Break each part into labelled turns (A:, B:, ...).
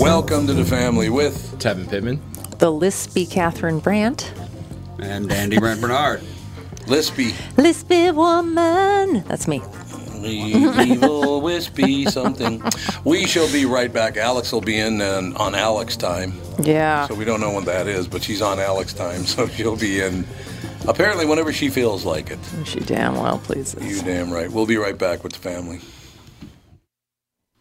A: Welcome to the family with
B: Tevin Pittman.
C: The lispy Catherine Brandt.
D: And Andy Brent Bernard.
A: Lispy,
C: Lispy woman. That's me.
A: the evil wispy something. We shall be right back. Alex will be in and on Alex time,
C: Yeah.
A: so we don't know when that is, but she's on Alex time, so she'll be in apparently whenever she feels like it.
C: She damn well
A: You
C: pleases.
A: damn right. We'll be right back with the family.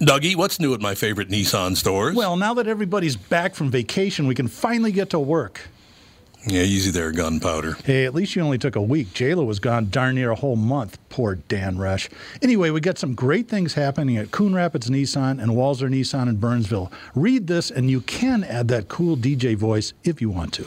A: Dougie, what's new at my favorite Nissan stores?
E: Well, now that everybody's back from vacation, we can finally get to work.
A: yeah, easy there, gunpowder.
E: Hey, at least you only took a week. JLo was gone darn near a whole month. Poor Dan Rush. Anyway, we got some great things happening at Coon Rapids Nissan and Walzer Nissan in Burnsville. Read this, and you can add that cool DJ voice if you want to.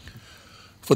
A: For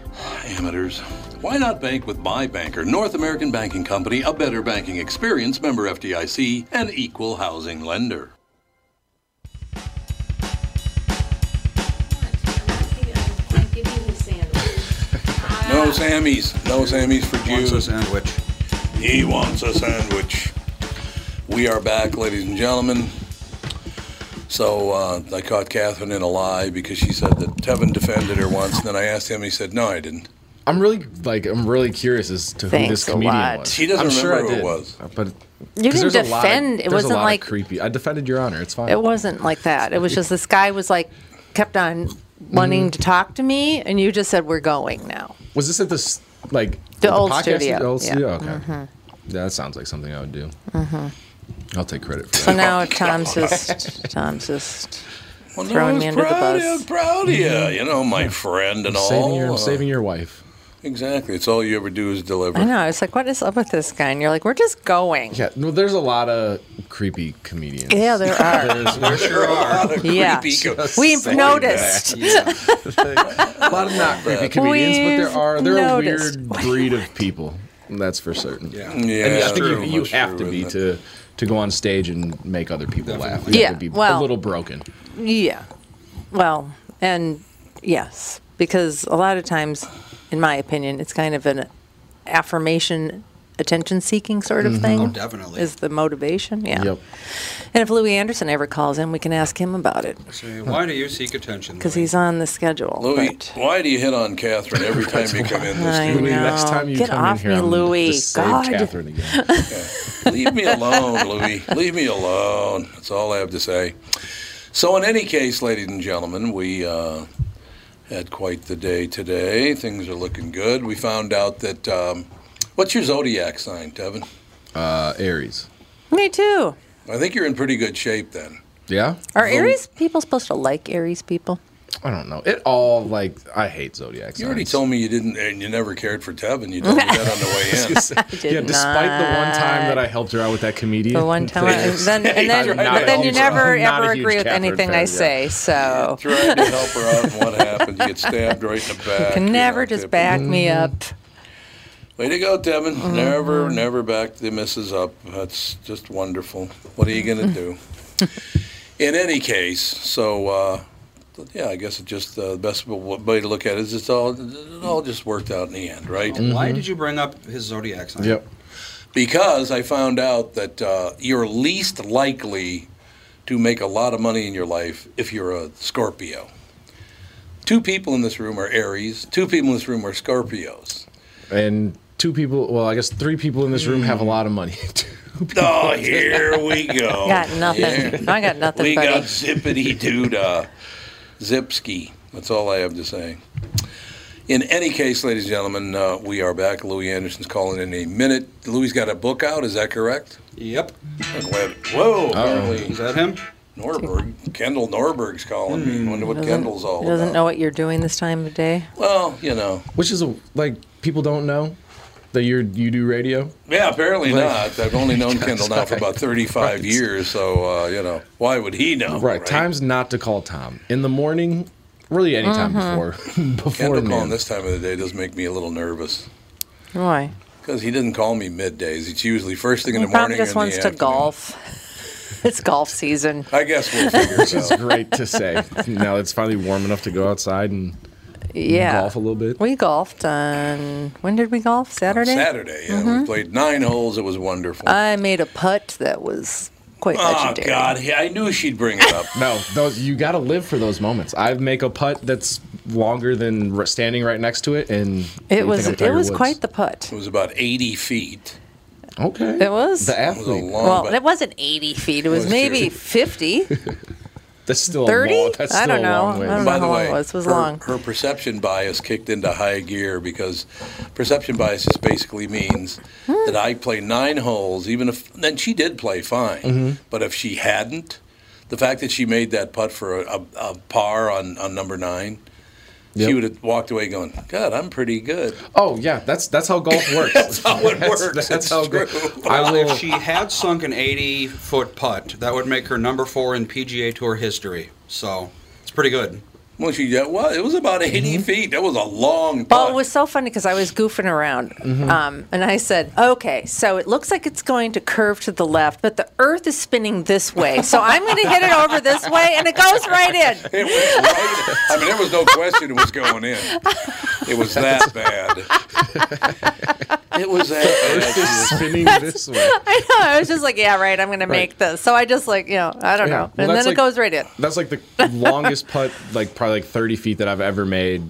A: Amateurs. Why not bank with my banker, North American Banking Company, a better banking experience, member FDIC, and equal housing lender? No Sammys. No Sammys for
D: Wants a
A: Jews.
D: sandwich.
A: He wants a sandwich. We are back, ladies and gentlemen. So uh, I caught Catherine in a lie because she said that Tevin defended her once, and then I asked him, he said, no, I didn't.
B: I'm really like I'm really curious as to who
C: Thanks
B: this
C: a
B: comedian
C: lot.
B: was.
A: He doesn't
B: I'm sure
A: remember who it
B: I did, Uh,
A: was.
B: But 'cause
C: You didn't
B: there's a lot of-
C: defend- it
B: there's a
C: wasn't
B: lot of
C: like-
B: creepy. I defended Your Honor. It's fine.
C: It wasn't like that. It was just this guy was like kept on wanting to talk to me, and you just said we're going now.
B: Was this at this like
C: The
B: at
C: old
B: podcast?
C: studio,
B: The old
C: yeah. Mm-hmm.
B: studio. Okay. Yeah, that sounds like something I would do. I'll take credit for
C: So
B: that.
C: now Tom's just Tom's just
A: Well, no,
C: Throwing
A: I was
C: me under the
A: proud of you,
C: bus.
A: proud of you, you know, my friend and all.
B: Mm-hmm. saving your
A: Uh,
B: saving your wife.
A: Exactly. It's all you ever do is deliver.
C: I know. It's like what is up with this guy? And you're like, we're just going.
B: Yeah. No, there's a lot of creepy comedians.
C: Yeah, there are.
B: There's a
A: There are
C: Yeah.
A: creepy co-
C: We've noticed.
B: lot of not creepy comedians, but
C: We've
B: there are they're
C: noticed.
B: a weird breed of people. That's for certain.
A: Yeah,
B: Yeah. I, mean, I think
A: true,
B: you, you
A: that's
B: have
A: true,
B: to be
A: isn't it?
B: to to go on stage and make other people laugh. You
C: Yeah,
B: have to be a
C: well-
B: little broken.
C: Yeah. Well, and yes, because a lot of times, in my opinion, it's kind of an affirmation, attention seeking sort of thing.
D: Oh, definitely.
C: Is the motivation. Yeah.
B: Mm-hmm. Yep.
C: And if Louis Anderson ever calls in, we can ask him about it
D: Say, why do you seek attention?
C: because
D: Louis?
C: he's on the schedule.
A: Louis,
C: but-
A: why do you hit on Catherine every time you come in? This
C: I
A: dude?
B: Louis, next
C: know.
B: time you
C: Get
B: come
C: off
B: in here,
C: me,
B: I'm gonna
C: Louis.
B: just save
C: God.
B: Catherine again.
A: Leave me alone, Louis. Leave me alone. That's all I have to say. So, in any case, ladies and gentlemen, we uh, had quite the day today. Things are looking good. We found out that. Um, what's your zodiac sign, Tevin?
B: Uh, Aries.
C: Me too.
A: I think you're in pretty good shape then.
B: Yeah.
C: Are Aries people supposed to like Aries people?
B: I don't know. It all like I hate zodiac.
A: You already
B: signs.
A: told me you didn't, and you never cared for Tevin. You told me that on the way in.
C: did
B: yeah, despite the one time that I helped her out with that comedian.
C: The one time,
B: thing.
C: I, then and then,
B: I'm not
C: but
B: a
C: then you
B: huge-
C: never
B: I'm not a
C: ever
B: huge
C: agree with
B: Catherine
C: anything
B: fan,
C: I
B: yeah.
C: say. So
A: Tried to help her out, and what happened? You get stabbed right in the back.
C: you can
A: know,
C: never just
A: typical.
C: back me up.
A: Mm-hmm. Way to go, Devin.
C: Mm-hmm.
A: Never, never back the misses up. That's just wonderful. What are you going to do? In any case, so uh, yeah, I guess it just uh, the best way to look at it is it's all it all just worked out in the end, right?
C: Mm-hmm.
D: Why did you bring up his zodiac sign?
B: Yep.
A: Because I found out that uh, you're least likely to make a lot of money in your life if you're a Scorpio. Two people in this room are Aries. Two people in this room are Scorpios.
B: And two people. Well, I guess three people in this room have a lot of money.
A: Oh, here we go.
C: Got nothing. I got nothing,
A: Oh. we
C: buddy.
A: got zippity doodah. Zipski. That's all I have to say. In any case, ladies and gentlemen, uh, we are back. Louis Anderson's calling in a minute. Louis got a book out. Is that correct?
D: Yep.
A: I'm glad- Whoa!
D: Is
A: Apparently,
D: that him?
A: Oh. Norberg, Kendall Norberg's calling me. Wonder what Kendall's all
C: Doesn't
A: about.
C: know what you're doing this time of day.
A: Well, you know.
B: Which is a, like people don't know that you you do radio.
A: Yeah, apparently
B: Like-
A: not. I've only known Kendall now for about 35 years, so uh, you know why would he know?
B: Right. Times not to call Tom in the morning. Really, any time
C: Mm-hmm.
B: before before
A: Kendall
B: noon.
A: calling this time of the day does make me a little nervous.
C: Why?
A: Because he didn't call me middays. It's usually first thing in
C: He
A: the morning.
C: probably just
A: or in
C: wants
A: the
C: to
A: afternoon.
C: golf. it's golf season.
A: I guess we'll figure it out.
B: Great to say. now it's finally warm enough to go outside and
C: Yeah.
B: golf a little bit.
C: We golfed on when did we golf? Saturday.
A: Saturday, yeah, we played nine holes. It was wonderful.
C: Mm-hmm. I made a putt that was quite
A: oh
C: legendary.
A: God, he- I knew she'd bring it up.
B: No, those you got to live for those moments. I make a putt that's longer than r- standing right next to it, and
C: It was it was quite the putt.
A: It was about 80 feet.
B: the okay.
C: It was-
B: the
A: It was a
B: athlete.
A: long.
C: Well,
A: but-
C: it wasn't 80 feet. It was
A: Was
C: maybe
A: it?
C: 50,
B: that's still
C: 30.
B: A long, that's still
C: I don't
B: a
C: know.
B: long
C: I
B: way.
C: don't know
A: by the
C: how long
A: way,
C: it was. It was
A: her,
C: long.
A: her perception bias kicked into high gear because perception bias just basically means
C: Hmm.
A: that I play nine holes, even if then she did play fine,
C: Mm-hmm.
A: but if she hadn't, the fact that she made that putt for a, a, a par on, on number nine, she
B: Yep.
A: would have walked away going, "God, I'm pretty good."
B: Oh yeah, that's that's how golf works. that's
A: how it works.
B: That's,
A: It's
B: how golf.
A: true.
B: I will.
D: If she had sunk an 80 foot putt, that would make her number four in PGA Tour history. So it's pretty good.
A: Well, she yeah, well, it was about 80 feet. That was a long putt.
C: Mm-hmm. Well, it was so funny because I was goofing around,
B: Mm-hmm.
C: um, and I said, "Okay, so it looks like it's going to curve to the left, but the Earth is spinning this way, so I'm going to hit it over this way, and it goes right in."
A: It went right. I mean, there was no question it was going in. It was that bad. It was that bad.
B: Just spinning this way.
C: I know. I was just like, "Yeah, right. I'm going to make this." So I just like, you know, I don't
B: Yeah.
C: know,
B: Well,
C: and
B: that's
C: then
B: like-
C: it goes right in.
B: That's like the longest putt, like probably like thirty feet that I've ever made.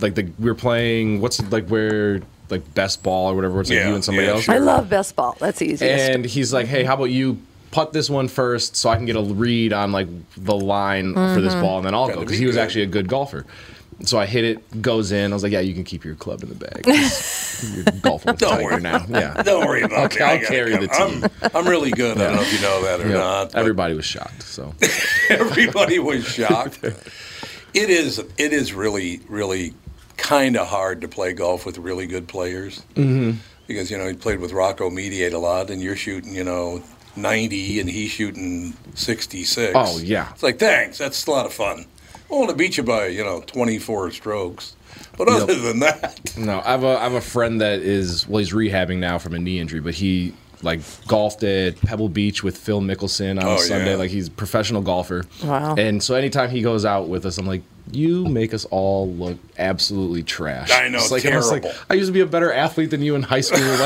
B: Like the we are playing what's like where like best ball or whatever. It's like
A: Yeah,
B: you and somebody
A: yeah,
B: else.
A: sure.
C: I love best ball. That's the easiest.
B: and he's like, "Hey, how about you putt this one first, so I can get a read on like the line for this ball, and then I'll go."
A: Gotta be
B: Because he was
A: good.
B: actually a good golfer. So I hit it, goes in. I was like, "Yeah, you can keep your club in the bag. You're golfing with a
A: Don't
B: tiger
A: worry.
B: now." Yeah,
A: Don't worry about
B: Okay,
A: me. I
B: I'll
A: gotta
B: carry the
A: come. I'm, I'm really good. I don't know if you know that or
B: Yeah.
A: not. but
B: Everybody was shocked. So
A: everybody was shocked. It is. It is really, really kind of hard to play golf with really good players mm-hmm. because you know he played with Rocco Mediate a lot, and you're shooting, you know. 90 and he's shooting 66.
B: Oh, yeah.
A: It's like, thanks, that's a lot of fun. I want to beat you by, you know, 24 strokes. But other than that,
B: no, I have a I have a friend that is well, he's rehabbing now from a knee injury, but he like golfed at Pebble Beach with Phil Mickelson on
A: Oh,
B: a Sunday.
A: yeah.
B: Like he's a professional golfer.
C: Wow.
B: And so anytime he goes out with us, I'm like, you make us all look absolutely trash.
A: I know,
B: It's like, I was like,
A: terrible.
B: I used to be a better athlete than you in high school.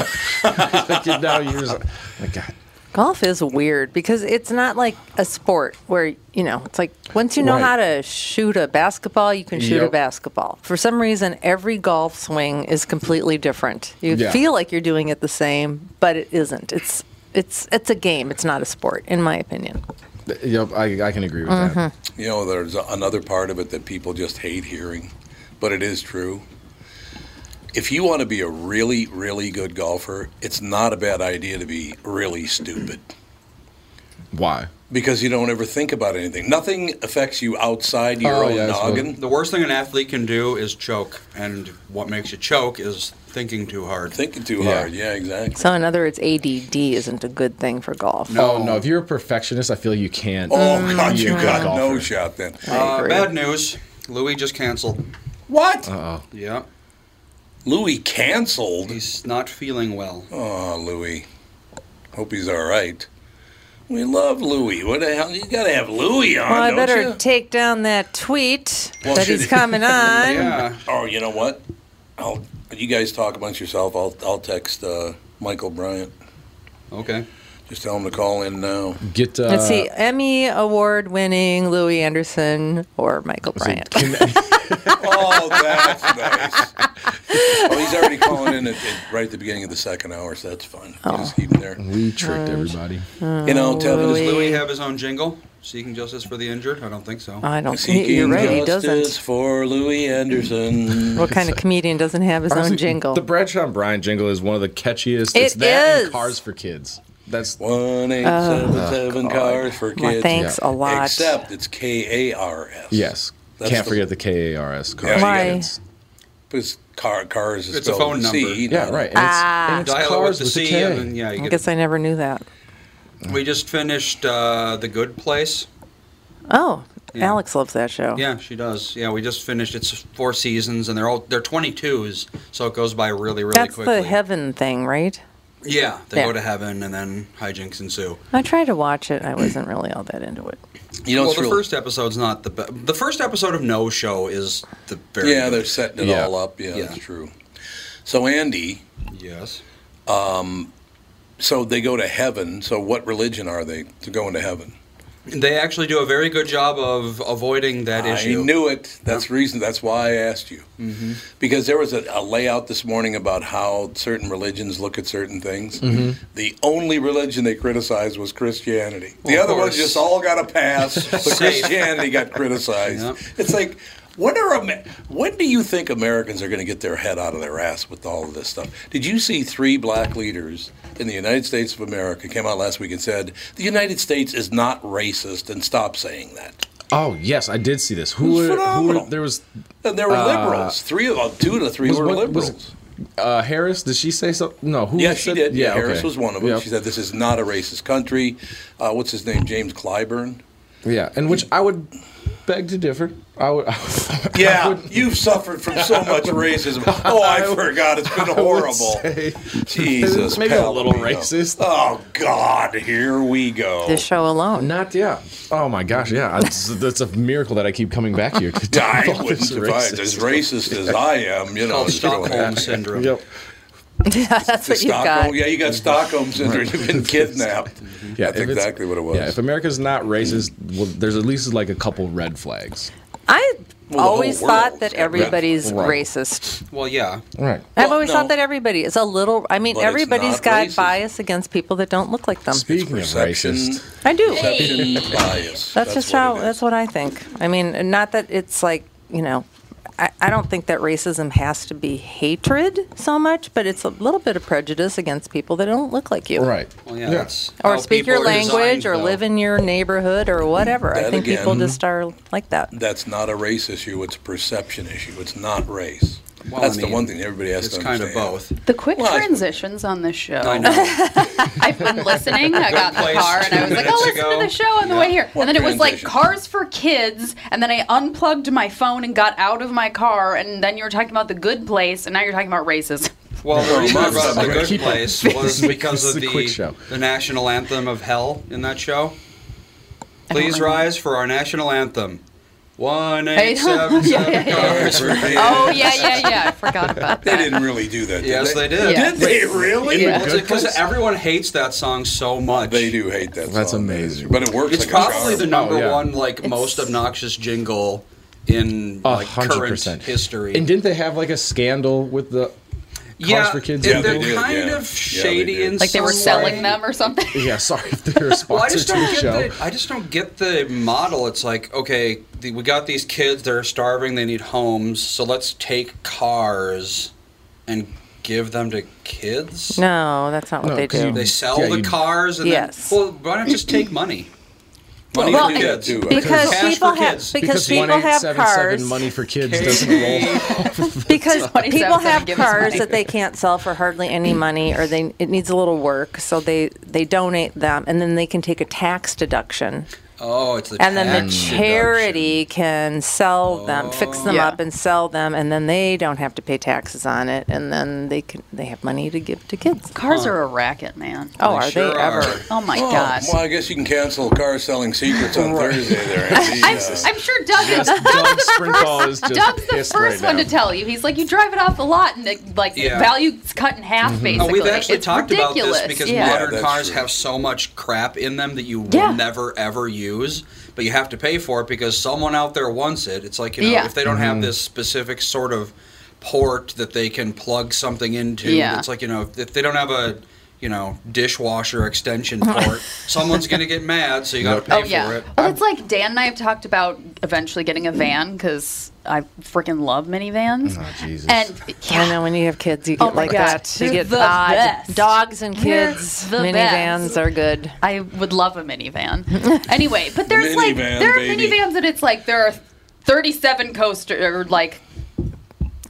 B: like, now you're just like, my God.
C: Golf is weird because it's not like a sport where, you know, it's like once you know
B: Right.
C: how to shoot a basketball, you can shoot a
B: Yep.
C: basketball. For some reason, every golf swing is completely different. You
B: Yeah.
C: feel like you're doing it the same, but it isn't. It's it's it's a game. It's not a sport, in my opinion.
B: Yep, I, I can agree with that.
C: Mm-hmm.
A: You know, there's another part of it that people just hate hearing, but it is true. If you want to be a really, really good golfer, it's not a bad idea to be really stupid
B: Why?
A: because you don't ever think about anything. Nothing affects you outside your
B: Oh,
A: own
B: yeah, that's what-
A: noggin.
D: The worst thing an athlete can do is choke, and what makes you choke is thinking too hard.
A: Thinking too
B: Yeah.
A: hard. Yeah, exactly.
C: So in other words, ADD isn't a good thing for golf.
B: Oh no, if you're a perfectionist, I feel you can't.
C: Mm,
A: Oh, God, you
B: you're a
A: got no
B: golfer.
A: shot then.
C: I
D: Uh,
C: agree.
D: bad news. Louis just canceled.
A: What?
D: Yeah,
A: Louis canceled.
D: he's not feeling well.
A: Oh, Louis. Hope he's all right. We love Louis. What the hell? You got to have Louis on,
C: Well, I
A: don't
C: better
A: you?
C: take down that tweet
A: Well,
C: that
A: should-
C: he's coming on.
D: Yeah,
A: Oh, you know what? I'll you guys talk amongst yourself. I'll I'll text uh, Michael Bryant.
D: okay.
A: Just tell him to call in now.
B: Get uh,
C: Let's see, Emmy award winning Louis Anderson or Michael Bryant.
A: Oh, that's nice. well, Oh, he's already calling in at, at right at the beginning of the second hour, so that's fun. Just keep him there.
B: We tricked everybody.
A: You know, Tevin
C: Oh. Louis.
A: is
D: Does Louis have his own jingle? Seeking justice for the injured? I don't think so.
C: I don't think
A: seeking
C: you're right, he
A: justice
C: doesn't.
A: for Louis Anderson.
C: What kind of comedian doesn't have his own
B: Honestly,
C: jingle?
B: The Bradshaw and Brian jingle is one of the catchiest. it's
C: It
B: that
C: is.
B: and Cars for Kids. That's
A: One eight seven seven cars for kids.
C: Oh, Well, thanks
B: yeah.
C: a lot.
A: Except it's K A R S.
B: yes.
A: That's
B: Can't
A: the-
B: forget the K A R S. Cars
A: Yeah,
B: for
A: you
C: Why?
B: Kids.
A: Because car, cars is
D: It's a
A: spelled
D: phone
A: with C,
D: number.
A: not
B: Yeah,
A: a-
B: right. And it's,
C: Ah.
B: and it's
D: Dial it with
B: Cars
D: the
B: with a
D: C,
B: K.
D: and then, yeah,
C: I
D: you
C: guess
D: get.
C: I never knew that.
D: We just finished uh, the Good Place.
C: Oh, Alex loves that show.
D: Yeah, she does. Yeah, we just finished. It's four seasons, and they're all they're 22s, so it goes by really, really
C: That's
D: quickly.
C: the heaven thing, right?
D: Yeah, they
C: Yeah.
D: go to heaven, and then hijinks ensue.
C: I tried to watch it. I wasn't really all that into it.
A: You know,
D: well,
A: it's
D: the
A: real-
D: first episode's not the be- the first episode of No Show is the very
A: Yeah,
D: good.
A: they're setting it
B: Yeah.
A: all up. Yeah, that's
D: Yeah.
A: true. So Andy,
D: yes.
A: so they go to heaven. So what religion are they to go into heaven?
D: They actually do a very good job of avoiding that issue. Mm-hmm.
A: I knew it. That's the reason. That's why I asked you. Because there was a, a layout this morning about how certain religions look at certain things.
D: Mm-hmm.
A: The only religion they criticized was Christianity. The
D: Of
A: other
D: course.
A: ones just all got a pass, but
D: Safe.
A: Christianity got criticized.
D: Yep.
A: It's like. When, are Amer- when do you think Americans are going to get their head out of their ass with all of this stuff? Did you see three black leaders in the United States of America came out last week and said, the United States is not racist and stop saying that?
B: Oh yes, I did see this. Who
A: It's
B: were, who
A: phenomenal.
B: were there was
A: And there were liberals. Three of them, two to three
B: Uh, was
A: were
B: one- was-
A: liberals.
B: uh, Harris? Did she say something? No, who?
A: yeah, she
B: said-
A: did. Yeah, Harris
B: okay.
A: was one of them.
B: Yeah.
A: She said, "This is not a racist country." Uh, what's his name? James Clyburn.
B: Yeah, and which I would beg to differ. I would. I would I would-
A: you've suffered from so much racism. Oh, I forgot. It's been
B: I would
A: horrible.
B: say-
A: Jesus,
B: maybe a little
A: Palomino.
B: racist.
A: Oh God, here we go.
C: This show alone.
B: Not yeah. Oh my gosh, yeah. It's, that's a miracle that I keep coming back here. To
A: I
B: all
A: wouldn't
B: this
A: if I- as racist as I am, you know.
D: called
A: just throwing
D: Stockholm
A: that.
D: syndrome.
B: Yep.
C: That's what you've
A: Stockholm,
C: got.
A: yeah, you got Stockholm syndrome. You've been kidnapped.
B: Yeah,
A: That's
B: if it's-
A: exactly what it was.
B: Yeah, if America's not racist, well, there's at least like a couple red flags.
C: I
A: whole
C: always thought
A: world's
C: that
A: got red
C: everybody's
B: flag.
C: racist.
D: Well, yeah.
B: Right.
C: I've always
A: no.
C: thought that everybody is a little. I mean,
A: But it's
C: everybody's
A: not
C: got
A: racism.
C: bias against people that don't look like them.
B: Speaking of
A: Perception.
B: racist,
C: I do.
A: Perception bias.
C: That's, just how.
A: it is.
C: That's what I think. I mean, not that it's like you know. I, I don't think that racism has to be hatred so much, but it's a little bit of prejudice against people that don't look like you,
B: right?
D: Well, yeah. that's
C: Or
D: how
C: speak your
D: people are
C: language,
D: designed,
C: or
D: though.
C: live in your neighborhood, or whatever. I
A: That
C: think people
A: again-
C: just are like that.
A: that's not a race issue. It's a perception issue. It's not race.
D: Well,
A: that's
D: I
A: the
D: mean,
A: one thing everybody has
D: It's
A: to
D: kind
A: understand.
D: of both.
F: The quick
A: Well, I-
F: transitions on this show.
D: I know.
F: I've been listening. I got in
D: Good
F: the car
D: place
F: and I was
D: two
F: like, "I'll
D: minutes
F: listen
D: ago."
F: to the show on the way here."
A: What
F: and then it was like
A: transition?
F: "Cars for Kids," and then I unplugged my phone and got out of my car. And then you were talking about the Good Place, and now you're talking about racism.
D: Well, the reason I
A: most
D: brought
A: of
D: up the
A: them.
D: good place was because
B: This
D: of
B: is a
D: the
B: quick show.
D: the national anthem of hell in that show.
F: I don't
D: Please
F: remember.
D: rise for our national anthem. One eight seven
F: Yeah,
D: seven
F: yeah, yeah.
D: cars for me.
F: Oh yeah, yeah, yeah. I forgot about
A: They
F: that.
A: didn't really do that. Did
D: Yes,
A: they?
D: they did.
F: Yeah. Did
A: they really?
F: Yeah.
D: Because everyone hates that song so much.
A: They do hate that.
B: That's
A: song.
B: amazing.
A: But it works.
D: It's
A: like a
D: probably the
A: charm.
D: number
B: Oh, yeah.
D: one, like most obnoxious jingle in like current
B: 100%.
D: history.
B: And didn't they have like a scandal with the?
D: yeah,
B: for kids
D: and
B: Yeah,
D: they're
B: they
A: did,
D: kind
A: yeah.
D: of
A: Yeah, they
D: shady
A: did.
D: in
F: Like they were
D: some way.
F: selling them or something.
B: Yeah, sorry, if they're a
D: Well, I
B: sponsor
D: just
B: to the
D: don't get
B: show.
D: the. I just don't get the model. It's like okay, the, we got these kids. They're starving. They need homes. So let's take cars, and give them to kids.
C: No, that's not what
B: No,
C: they
B: 'cause you-
C: do.
D: They sell
B: Yeah,
D: the
B: you-
D: cars. And
C: Yes.
D: Then, well, why not just take money? Money
A: Well,
D: for
A: I-
D: kids.
A: too.
C: because
D: Cash for
C: people have
D: kids.
C: because people have
B: 1877
C: cars
B: money for kids doesn't roll.
C: because people
F: 27
C: have
F: give us
C: cars
F: money.
C: that they can't sell for hardly any money or they it needs a little work so they they donate them and then they can take a tax deduction
D: Oh, it's the
C: and then the
D: tax
C: charity can sell them fix them
F: Yeah.
C: up and sell them and then they don't have to pay taxes on it and then they can they have money to give to kids
F: Cars are a racket, man.
C: oh
D: They
C: are
D: sure
C: they
D: are.
C: ever
F: Oh my
A: Oh,
F: gosh.
A: well, I guess you can cancel car selling secrets on Thursday there. Andy.
F: I'm,
A: Uh,
F: I'm sure Doug is
B: Doug Sprinthal is just
F: Doug's the
B: pissed
F: first
B: right
F: one
B: now.
F: to tell you. He's like, you drive it off a lot, and it, like
D: Yeah.
F: the value's cut in half.
D: Oh,
F: Basically,
D: we've actually
F: It's
D: talked
F: ridiculous.
D: about this because
F: yeah.
A: Yeah,
D: modern
A: that's
D: cars
A: true.
D: have so much crap in them that you will
F: Yeah.
D: never ever use, but you have to pay for it because someone out there wants it. It's like you know,
F: Yeah.
D: if they don't
A: Mm-hmm.
D: have this specific sort of port that they can plug something into,
F: Yeah.
D: it's like you know, if they don't have a you know dishwasher extension port, someone's gonna get mad, so you got to pay
F: Oh yeah.
D: for it.
F: Well, it's like Dan and I have talked about eventually getting a van because I freaking love minivans.
B: Oh, Jesus.
F: And
C: I know when you have kids, you
F: Oh
C: get
F: my
C: like
F: God.
C: that. You
F: They're
C: get
F: the
C: odd.
F: best.
C: dogs and
F: They're
C: kids.
F: the
C: Minivans
F: best.
C: are good.
F: I would love a minivan. anyway, but there's like
A: Minivan,
F: there are
A: baby.
F: minivans that it's like there are 37 coaster or like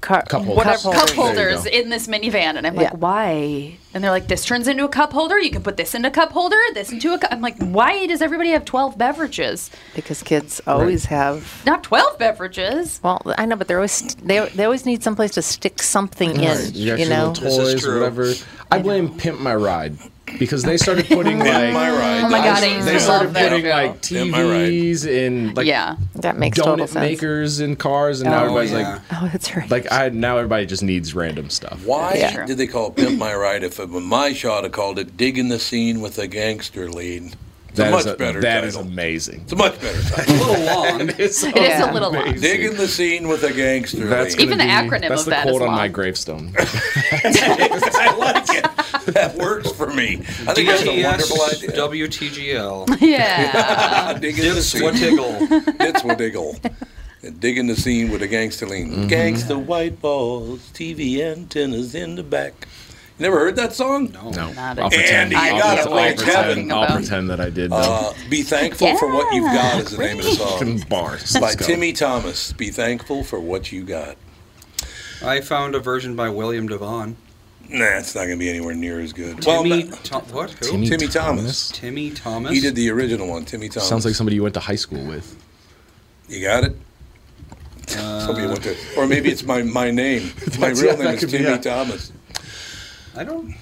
C: Car-
B: Couple.
F: whatever
B: Cup
F: cup
B: holders. There you
F: holders
B: go.
F: in this minivan, and I'm
C: Yeah.
F: like, why? And they're like, this turns into a cup holder. You can put this into a cup holder. This into a cup. I'm like, why does everybody have 12 beverages?
C: Because kids always have.
F: Not 12 beverages.
C: Well, I know, but they're always they they always need someplace to stick something in.
B: You, got
C: You
B: your
C: know.
B: little
D: This is
B: toys,
D: true.
B: whatever. I blame Pimp My Ride because they started putting like
A: my ride.
F: Oh my god, I
A: Nice.
F: used
B: they
F: to
B: started
F: love that
B: putting
F: show.
B: like
A: Am I right?
B: TVs and like
F: yeah,
C: That makes total
B: donut
C: sense.
B: makers and cars, and now
D: Oh,
B: everybody's
D: yeah.
C: Oh, that's right.
B: like, like I now everybody just needs random stuff.
A: Why
F: That's true.
A: did they call it Pimp My Ride if it were my shot had called it Digging the Scene with a Gangster Lead? It's a
B: That
A: much
B: is a-
A: better
B: That
A: title.
B: is amazing.
A: it's a much better title.
D: A little long.
B: It's
F: it is a little long.
B: amazing.
A: Digging the Scene with a Gangster
B: That's
A: Lead.
F: Even the
B: gonna be-
F: acronym
B: that's
F: of
B: the
F: that is
B: quote on my
F: long.
B: gravestone.
A: I like it. That works for me. I think that's a
D: DTS
A: wonderful idea.
D: WTGL.
F: Yeah.
A: Ah, digging the
D: Dips
A: scene.
D: what tickle.
A: It's what diggle. Digging the scene with a gangster lean. Gangster white balls, TV antennas in the back. You never heard that song? No.
F: Oh, Not
B: I'll
F: it.
B: pretend.
A: Andy,
B: I'll,
A: you gotta
B: I'll
A: wait, Kevin.
B: pretend, I'll
F: About-
B: pretend that I did. Though.
A: Uh, be thankful for what you've got is the name of the
B: Fucking
A: song.
B: bars.
A: By
B: Let's go.
A: Timmy Thomas. Be thankful for what you got.
D: I found a version by William Devon.
A: Nah, it's not gonna be anywhere near as good.
D: Timmy,
A: well,
D: Tho- what? Who?
A: Timmy,
B: Timmy
A: Thomas.
B: Thomas?
D: Timmy Thomas.
A: He did the original one. Timmy Thomas.
B: Sounds like somebody you went to high school with.
A: You got it? Somebody went to, or maybe it's my, my name. My
B: That's-
A: real
B: yeah,
A: name
B: that
A: is
B: could be,
A: Timmy
B: yeah.
A: Thomas.
D: I don't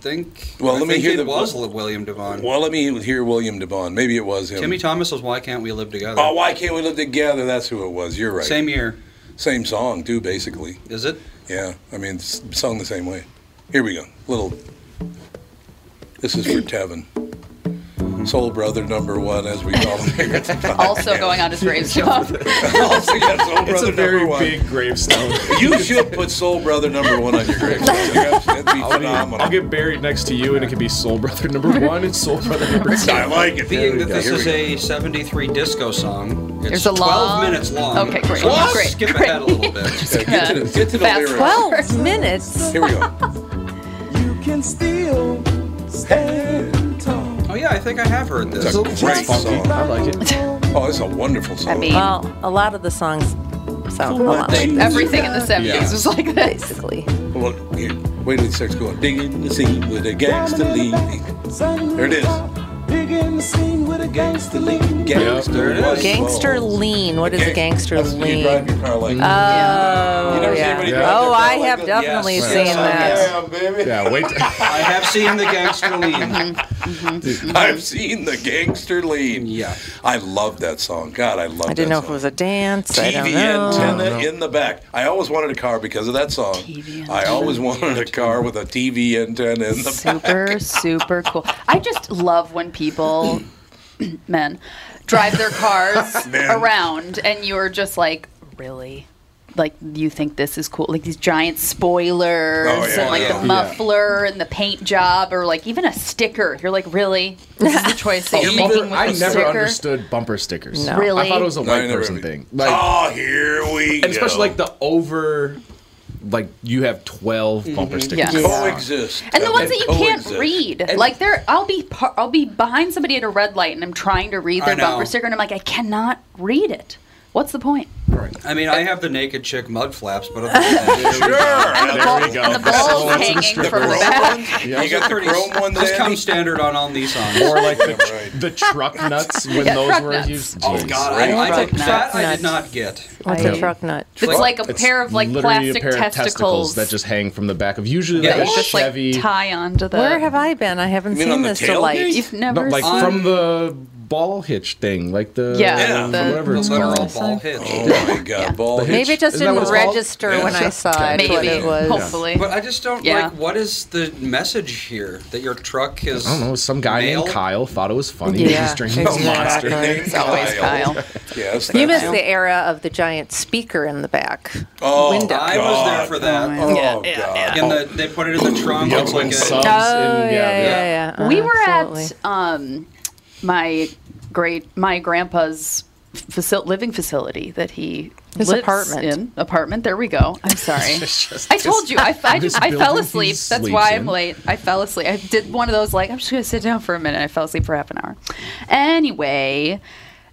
D: think.
A: Well,
D: I
A: let me
D: think
A: hear
D: it
A: the-
D: was Li- William Devon.
A: Well, let me hear William DeBond. Maybe it was him.
D: Timmy Thomas was "Why Can't We Live Together."
A: Oh, why can't we live together? That's who it was. You're right.
D: Same year,
A: Same song too, basically.
D: is it?
A: Yeah, I mean, it's sung the same way. Here we go. Little. This is for Tevin. Soul brother number one, as we call him here. at the podcast.
F: Also going on his gravestone.
A: Also, yeah, soul brother number one.
B: gravestone.
A: You should put soul brother number one on your grave. That'd be phenomenal.
B: I'll get buried next to you, and it could be Soul Brother number one and Soul Brother number two.
A: I like it. There
D: Being
A: we
D: that
A: go.
D: this
A: Here we
D: is
A: go.
D: a '73 disco song, it's
F: There's a
D: 12
F: long-
D: minutes long.
F: Okay, great,
D: So let's
F: great,
D: skip
F: great.
D: ahead a little bit.
A: Yeah, get to the, get to the
F: Fast
A: lyrics.
F: forward.
C: Twelve minutes.
A: Here we go.
D: oh yeah, I think I have heard this.
A: It's a great song.
B: I like it.
A: Oh, it's a wonderful song.
F: I mean,
C: Well, a lot of the songs sound a lot like that,
F: everything in the 70s
B: Yeah.
F: was like this.
C: basically.
A: Well, here, wait till it starts going. Digging the sea with a gangster lead. There it is. game scene with a gangster lean.
D: Gangster.
A: Yep.
D: it is.
C: Gangster lean. What is a gangster
A: That's when You drive
C: lean?
A: your car like.
C: Oh,
D: You never see
C: yeah.
D: anybody drive their
C: Oh,
D: car
C: I
D: like
C: have
D: that?
C: definitely
D: Yes.
C: seen
D: Yes, I
C: that.
A: Damn, baby.
B: Yeah, wait.
D: I have seen the gangster
F: Mm-hmm.
D: lean.
A: I've seen the gangster lean.
D: Yeah.
A: I love that song. God, I love
C: I didn't
A: that
C: know if it
A: song.
C: was a dance. I don't
A: TV
C: know.
A: antenna in the back. I always wanted a car because of that song. I always wanted a car with a TV antenna in the back.
F: super super cool i just love when people men drive their cars around and you're just like really like you think this is cool like these giant spoilers
A: Oh, yeah,
F: and like
A: yeah.
F: the muffler and the paint job or like even a sticker you're like really this is the choice that you're making with
B: I
F: the
B: never
F: sticker
B: understood bumper stickers.
C: No.
F: Really?
B: I thought it was a
A: No, I
B: white
A: never
B: person
A: even-
B: thing. Like,
A: oh, here we go.
B: and especially like the over, like you have 12 bumper stickers.
F: Mm-hmm. Yes.
A: coexist.
F: and the ones that you can't
A: coexist.
F: read, like there, I'll be par- I'll be behind somebody at a red light, and I'm trying to read
D: I
F: their
D: know.
F: bumper sticker, and I'm like, I cannot read it. What's the point?
D: I mean, I have the naked chick mud flaps, but other than that,
A: Sure.
F: and the,
A: There
F: ball,
A: we go.
F: and the balls hanging
A: The
F: from the
A: chrome
F: back.
A: ones? You got the chrome ones,
D: Those come
A: Andy?
D: standard on all Nissans.
B: Or like the,
A: right.
B: the truck nuts when
F: Yeah,
B: those
F: truck
B: were
F: nuts.
B: used.
D: Oh
B: Jeez.
D: God, I, I
C: Truck
D: did, that I
C: nuts.
D: did not get.
C: What's
F: I-
C: a truck nut?
F: It's like a
B: It's
F: pair of like
B: literally
F: plastic
B: a pair
F: testicles,
B: of testicles that just hang from the back of usually
D: Yeah,
B: like a
D: it's
F: just like
B: Chevy,
F: tie onto the.
C: Where have I been? I haven't
A: mean
C: seen
A: on the
C: this delight.
A: tailgate?
F: You've never
B: no, like
F: seen.
B: from the ball hitch thing, like the
F: Yeah,
A: Yeah.
F: the-
B: whatever it's
D: The literal
B: called.
D: ball hitch.
A: Oh my God, ball
B: The
A: hitch.
C: Maybe it just
B: Isn't that what it's
C: didn't
B: called?
C: register
A: Yeah.
C: when I saw it.
F: Maybe,
C: What it was.
F: hopefully.
D: But I just don't
F: Yeah.
D: like. What is the message here that your truck is?
B: I don't know. Some guy
D: male?
B: named Kyle thought it was funny. He
C: Yeah,
B: was drinking some
C: exactly.
B: monster.
C: It's always Kyle.
A: Yes,
C: You
A: that's-
C: missed the era of the giant speaker in the back.
A: oh,
C: window.
D: I was there for that.
A: Oh,
F: Yeah,
A: God.
F: yeah, yeah.
D: And the, they put it in the trunk.
B: Yeah,
D: it's
B: when
D: like a,
B: subs
C: Oh, yeah,
B: and-
C: yeah,
B: yeah.
C: yeah.
F: we
C: Uh,
F: were
C: absolutely.
F: at um, my great my grandpa's faci- living facility that he
C: His
F: lives
C: apartment.
F: in apartment there we go i'm sorry
B: just
F: i told you i, I just i
B: building
F: fell
B: he
F: asleep that's
B: sleeps
F: why
B: in.
F: i'm late i fell asleep i did one of those like i'm just gonna sit down for a minute i fell asleep for half an hour anyway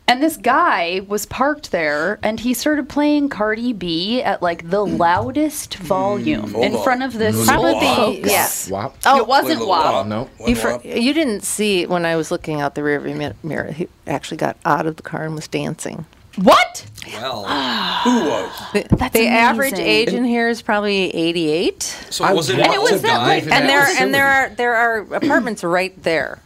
F: and this guy was parked there and he started playing Cardi B at like the loudest
B: Mm,
F: volume in
A: on.
F: front of this
C: Probably
F: old
C: the-
F: folks.
C: yes. Oh,
B: Wow.
D: Oh,
F: it wasn't WAP.
B: no.
C: You, for, you didn't see when I was looking out the rearview mi- mirror. He actually got out of the car and was dancing.
F: What?
D: well.
A: Who was?
C: The, the average
F: amazing.
C: age in here is probably 88,
D: So was it?
B: And it
D: lots
F: was
D: of
F: that,
D: guys?
F: like-
C: and there
B: facility.
C: and there are there are apartments right there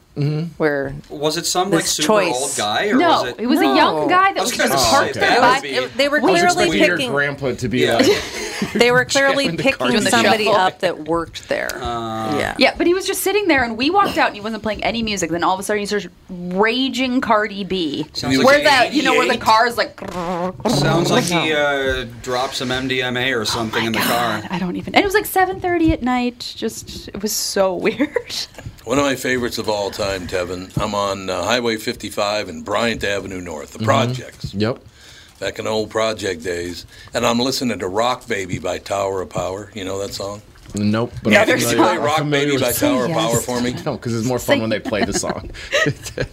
C: where
D: was it some like
C: this
D: super
C: choice.
D: old guy? Or
F: no,
D: was it,
F: it was a young
C: No.
F: guy that
D: I
F: was
D: was
F: just
D: gonna say,
F: parked
D: that
F: there
D: would
F: by.
D: be-
F: it-
C: they were
F: I was
C: clearly
B: Expecting your
C: picking
B: grandpa to be
D: Yeah.
B: like,
C: they were clearly
B: Jamming the
C: picking
B: cards.
F: Doing the
C: somebody
F: shuffle.
C: up that worked there.
A: Uh,
C: yeah.
F: Yeah, but he was just sitting there, and we walked out, and he wasn't playing any music. Then all of a sudden, he starts raging Cardi B.
D: Sounds like
F: where
D: an
F: the you know where the
D: 88.
F: car is like.
D: Sounds like he uh, dropped some MDMA or something in the
F: Oh God,
D: car.
F: I don't even. And it was like 7:30 at night. Just it was so weird.
A: One of my favorites of all time, Tevin. I'm on uh, Highway 55 and Bryant Avenue North, the projects,
B: yep.
A: back in old project days. And I'm listening to Rock Baby by Tower of Power. You know that song?
B: Nope. But I'm
A: Can you
B: familiar-
A: play
B: I'm
A: Rock
B: familiar
A: Baby
B: with
A: by
B: the
A: Tower of
F: yes.
A: Power for me?
B: No, because it's more fun when they play the song.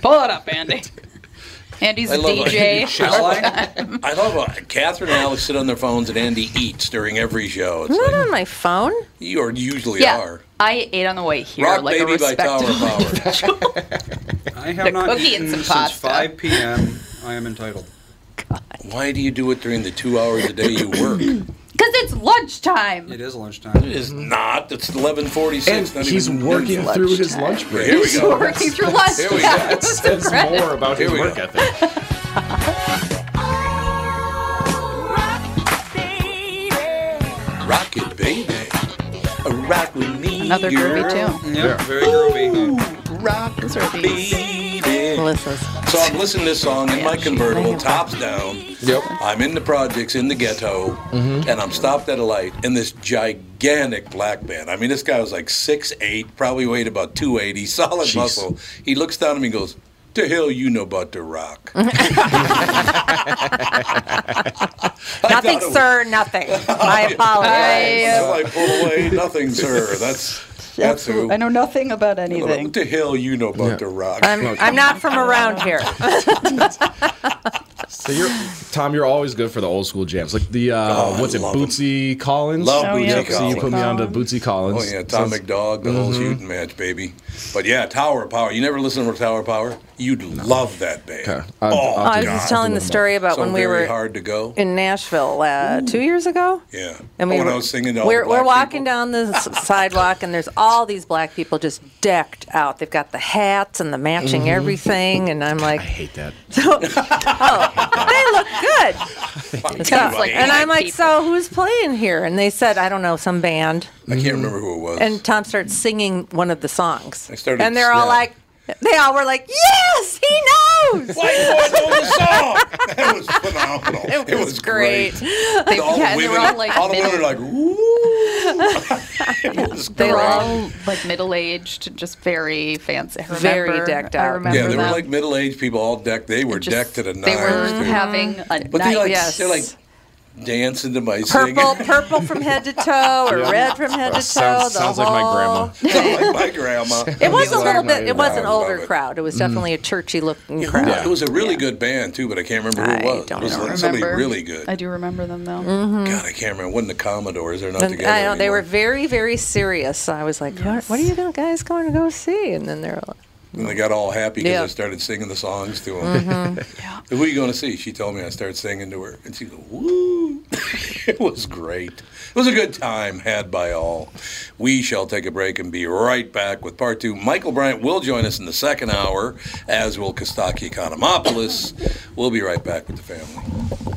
F: Pull it up, Andy. Andy's a
A: I love
F: DJ.
D: Shall I?
A: I love uh, Catherine and Alex sit on their phones and Andy eats during every show. It's
C: Not
A: like,
C: on my phone.
A: you are, usually
F: yeah,
A: are.
F: I ate on the way here
A: Rock
F: like
A: Baby
F: a
A: by Tower
F: respectable.
A: of Power.
D: I have not
F: cookie
D: eaten
F: and some
D: since
F: pasta.
D: 5 p.m. I am entitled.
A: Why do you do it during the two hours a day you work? it
F: Because it's lunchtime.
D: It is lunchtime.
A: is not. It's 11:46.
B: and
A: not
B: he's
A: even-
B: working through his lunch break.
A: Here we
F: He's
A: go.
F: working through lunch.
A: Here we
F: Yeah,
A: go.
F: it was
B: Says
F: incredible.
B: more about his
A: Here we
B: work
A: go.
B: ethic.
A: Rock it, baby. A rock with me.
C: Oh,
F: Another groovy tune.
D: Yep, very groovy.
A: Rock
F: Those are these.
A: baby.
C: Melissa's.
A: So I'm listening to this song in my convertible, tops down.
B: Yep. Mm-hmm.
A: I'm in the projects in the ghetto, and I'm stopped at a light, and this gigantic black man. I mean, this guy was like 6'8, probably weighed about 280, solid muscle. He looks down at me and goes, the hell you know about the rock? I thought
C: Nothing,
A: it was-
C: sir. Nothing. I apologize.
A: So I pull away, nothing, sir. That's that's who.
F: I know nothing about anything.
A: What the hell you know about the rock?
C: I'm, I'm not from around here.
B: So you're Tom. You're always good for the old school jams, like the uh,
A: Oh, I
B: what's it,
A: love 'em.
B: Bootsy Collins.
A: Love Oh, Bootsy yeah.
B: So you
A: Collins.
B: put me onto Bootsy Collins.
A: Oh yeah, Tom
B: Sounds-
A: McDog, the whole
B: Mhm.
A: shooting match, baby. But yeah, Tower of Power. You never listen to Tower of Power? You'd love that band.
B: Okay. I'll-
A: Oh,
B: I'll
C: I
B: do
C: was
B: that.
C: just telling the story about
A: So
C: when we
A: very
C: were
A: hard to go.
C: in Nashville uh, two years ago.
A: Yeah.
C: And we
A: Oh, when
C: were,
A: I was singing to all
C: we're,
A: the
C: we're
A: black
C: walking down the s- sidewalk, and there's all these black people just decked out. They've got the hats and the matching
A: Mm-hmm.
C: everything, and I'm like, I hate that. So, oh, they look good. So-
A: Sounds like
C: and I'm like,
F: people.
C: so who's playing here? And they said, I don't know, some band.
A: I can't remember who it was.
C: And Tom starts singing one of the songs,
A: I started-
C: and they're all
A: yeah.
C: like, they all were like, yes, he knows.
A: White boy knows the song. That was phenomenal. It was, great.
F: They,
A: All
F: yeah,
A: the
F: they
A: women,
F: were all like
A: all the
F: middle,
A: women are like, ooh. it was
F: they were
A: great.
F: all like middle aged, just very fancy, I
C: Very
F: remember-
C: decked
F: I
C: out.
F: remember
A: yeah, they were
F: them.
A: like middle-aged people, all decked. They were
F: Just-
A: decked to the nines.
F: They were
A: dude.
F: having a night.
A: but they like
C: yes.
A: they're like dancing to my
C: purple,
A: singing.
C: purple from head to toe, or
B: Yeah.
C: red from head to toe.
B: Sounds-
C: the
B: sounds like my
C: whole
B: grandma.
A: Sounds like my grandma.
C: It was
A: Yeah,
C: a little
A: like my
C: bit. It was an
A: grandma. Mm.
C: older
A: Love it.
C: crowd. It was definitely a churchy looking crowd.
A: It was a really good band too, but I can't remember who
C: I
A: it was.
C: don't
A: it was
C: know.
A: like
F: I
A: somebody
F: remember-
A: really good.
F: I do remember them though.
A: God, I can't remember. It wasn't the Commodores. They're not
C: And
A: together.
C: I know they were
A: anymore.
C: very, very serious. I was like, what, "What are you go- guys going to go see?" And then they're like,
A: And they got all happy because
C: Yeah.
A: I started singing the songs to them. Who are you going to see? She told me. I started singing to her, and she goes, "Woo!" it was great. It was a good time had by all. We shall take a break and be right back with part two. Michael Bryant will join us in the second hour, as will Kostaki Economopoulos. We'll be right back with the family.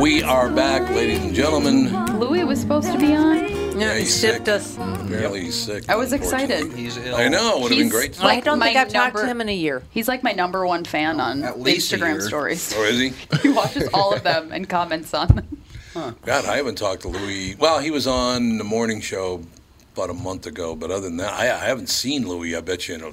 A: We are back, ladies and gentlemen.
F: Louis Oh, was supposed to be on.
A: Yeah,
C: he
A: he's
C: skipped
A: sick.
C: us.
A: Apparently he's sick.
F: I was
A: unfortunately.
F: excited.
D: He's ill.
A: I know. Would have been
F: He's-
A: great.
C: I
F: Like
C: don't think
F: my
C: I've talked to
F: number-
C: him in a year.
F: He's like my number one fan on
D: At least a
F: Instagram
D: year.
F: stories.
A: Or Oh, is he?
F: He watches all of them and comments on them.
A: God, I haven't talked to Louis. Well, he was on the morning show about a month ago, but other than that, I, I haven't seen Louis. I bet you in a,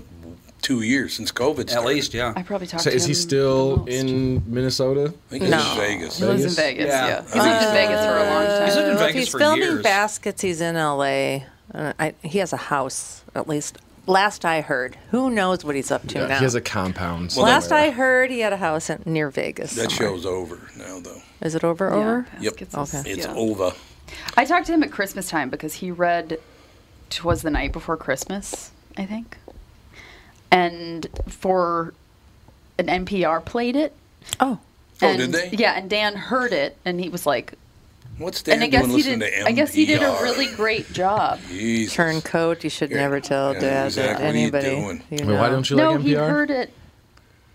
A: two years since COVID.
D: At
A: Started.
D: least, yeah.
F: I probably talked
B: So
F: to
B: is he
F: him
B: still
F: the most.
B: in Minnesota?
A: I think it
C: No.
A: was Vegas.
F: He lives in
B: Vegas?
F: Vegas,
D: Yeah.
F: yeah. He's been in Vegas for a long time.
D: He's lived in
C: Well, if
D: Vegas
C: he's
D: for
C: filming
D: years.
C: baskets, he's in L.A. Uh, I, he has a house, at least Last I heard, who knows what he's up to now?
B: He has a compound.
C: Last
B: somewhere.
C: I heard, he had a house in, near Vegas.
A: That
C: somewhere.
A: show's over now, though.
C: Is it over? Over?
A: Yep.
C: Okay.
A: It's over.
F: I talked to him at Christmas time because he read "Twas the Night Before Christmas," I think, and for an NPR played it.
C: Oh,
A: Oh,
F: and,
A: did they?
F: Yeah, and Dan heard it, and he was like,
A: What's
F: and I
A: Dan
F: guess
A: doing
F: he
A: listening
F: did.
A: to MPR?
F: I guess he did a really great job.
A: Jeez.
C: Turncoat. You should never tell
A: yeah,
C: dad
A: Zach,
C: that
A: what are you
C: anybody.
A: doing?
C: you
B: Wait, why
C: know,
B: don't you
F: no,
B: like
F: he
B: NPR?
F: heard it.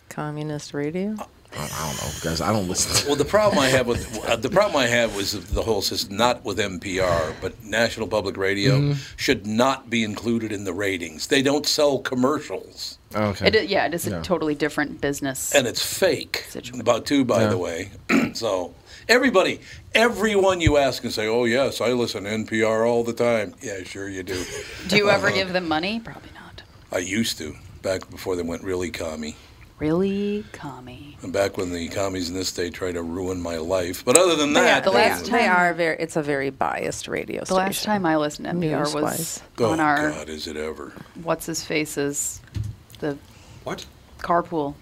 C: Communist radio.
A: Uh,
B: I don't- I don't know, guys. I don't listen.
A: Well, the problem I have with uh, the problem I have was the whole system, not with NPR, but National Public Radio
F: Mm-hmm.
A: should not be included in the ratings. They don't sell commercials,
B: To, okay.
F: It i- yeah, it is a
B: Yeah.
F: totally different business.
A: and it's fake.
F: Situation.
A: About two, by
B: Yeah.
A: the way. so everybody, everyone you ask can say, "Oh yes, I listen to NPR all the time." Yeah, sure you do.
F: Do you ever give them money? Probably not.
A: I used to back before they went really commie.
F: Really, commie.
A: And back when the commies in this state tried to ruin my life. But other than that,
F: the
A: they-
F: last
C: They are very. It's a very biased radio
F: The
C: station.
F: last time I listened to NPR was
C: News-wise.
A: oh
F: on our
A: God, is it ever?
F: what's his face's the
D: What?
F: carpool.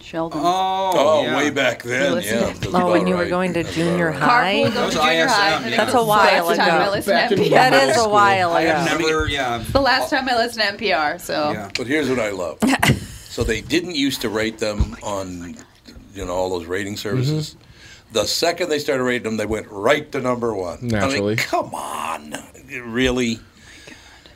F: Sheldon.
D: Oh,
A: Oh,
D: yeah.
A: way back
F: You
A: then,
F: listen
A: yeah.
F: to-
A: that's
C: Oh, when
A: about
C: you were
A: right.
C: going to
A: That's about
C: junior
A: right.
C: high.
F: Carpool, go
D: That
F: to
D: was
F: junior high.
D: ISM, yeah.
F: and that
C: That's
F: was
C: a
F: the
C: while
F: last Time I
C: ago.
F: listened to
G: Back in
F: NPR.
C: That is a while
D: I have
C: ago.
D: never, yeah.
F: the last time I listened to NPR. So
D: Yeah.
A: But here's what I love. so they didn't used to rate them on, you know, all those rating services. The second they started rating them, they went right to number one. I mean,
B: Naturally.
A: come on, really?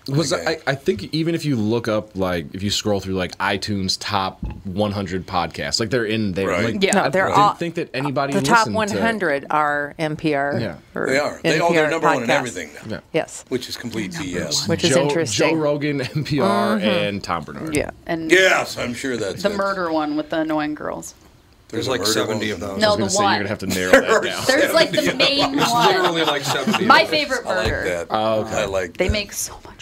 B: Was
A: Okay.
B: I, I think even if you look up like if you scroll through like iTunes top 100 podcasts, like they're in there.
A: Right.
B: Like,
F: Yeah.
C: No, they're
B: I
C: all.
B: didn't think that anybody
C: the top
B: listened to-
C: 100 are NPR.
B: Yeah.
C: or
A: They are. They all they're
C: NPR
A: number one in
C: podcasts.
A: everything now,
B: Yeah.
C: Yes,
A: which is complete BS.
C: which is
B: Joe,
C: interesting. Mm-hmm.
B: Joe Rogan, NPR, and Tom Bernard.
C: yeah.
F: and
A: Yes, I'm sure that's
F: the
A: it.
F: murder one with the annoying girls.
D: There's
A: a
D: like
A: murder
D: 70 of
A: one.
D: those.
F: No,
B: I was
F: the
B: gonna say
F: one.
B: you're gonna have to narrow that down.
F: There's like the main one.
D: Literally like 70.
F: My
D: of them.
F: favorite
A: I like
F: murder.
A: that. I like
F: They
A: that.
F: make so much money.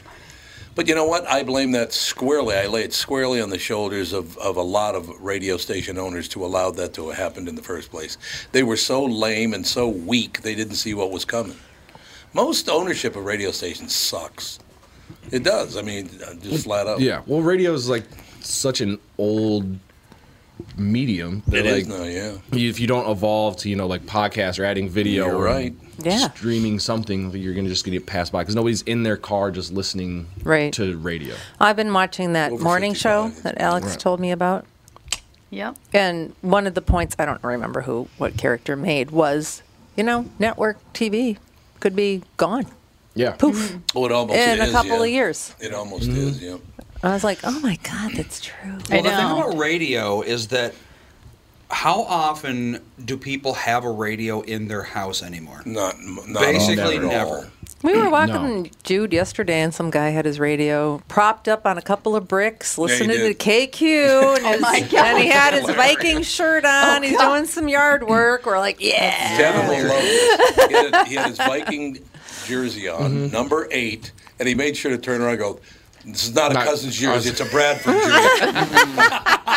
A: But you know what? I blame that squarely. I lay it squarely on the shoulders of, of a lot of radio station owners to allow that to have happened in the first place. They were so lame and so weak, they didn't see what was coming. Most ownership of radio stations sucks. It does. I mean, uh, just flat out.
B: Yeah. Well, radio is like such an old medium. that,
A: It is
B: like,
A: now, yeah.
B: you- If you don't evolve to you know like podcasts or adding video,
A: You're
B: or
A: right.
C: Yeah.
B: streaming something, that you're gonna just gonna get passed by because nobody's in their car just listening
C: Right.
B: to radio.
C: I've been watching that
A: Over
C: morning
A: 55,
C: show
A: it's
C: that Alex
B: Right.
C: told me about.
F: Yep.
C: And one of the points, I don't remember who, what character made, was, you know, network TV could be gone.
B: Yeah.
C: Poof.
A: Oh, it almost
C: In a
A: is,
C: couple
A: yeah.
C: of years.
A: It almost is,
B: Mm-hmm.
A: yeah.
C: I was like, oh my God, that's true.
F: I
D: Well, the thing
F: know.
D: about radio is that how often do people have a radio in their house anymore?
A: Not, not all,
D: Basically,
A: not at all.
D: never.
C: We were walking Jude yesterday, and some guy had his radio propped up on a couple of bricks, listening
A: did.
C: to KQ, and, his,
F: my God.
C: and he had his Viking shirt on. He's doing some yard work. We're like, yeah.
A: Definitely loved this. He had, he had his Viking jersey on,
B: Mm-hmm.
A: number eight, and he made sure to turn around and go, this is not a
B: Not-
A: cousin's jersey, it's a Bradford jersey,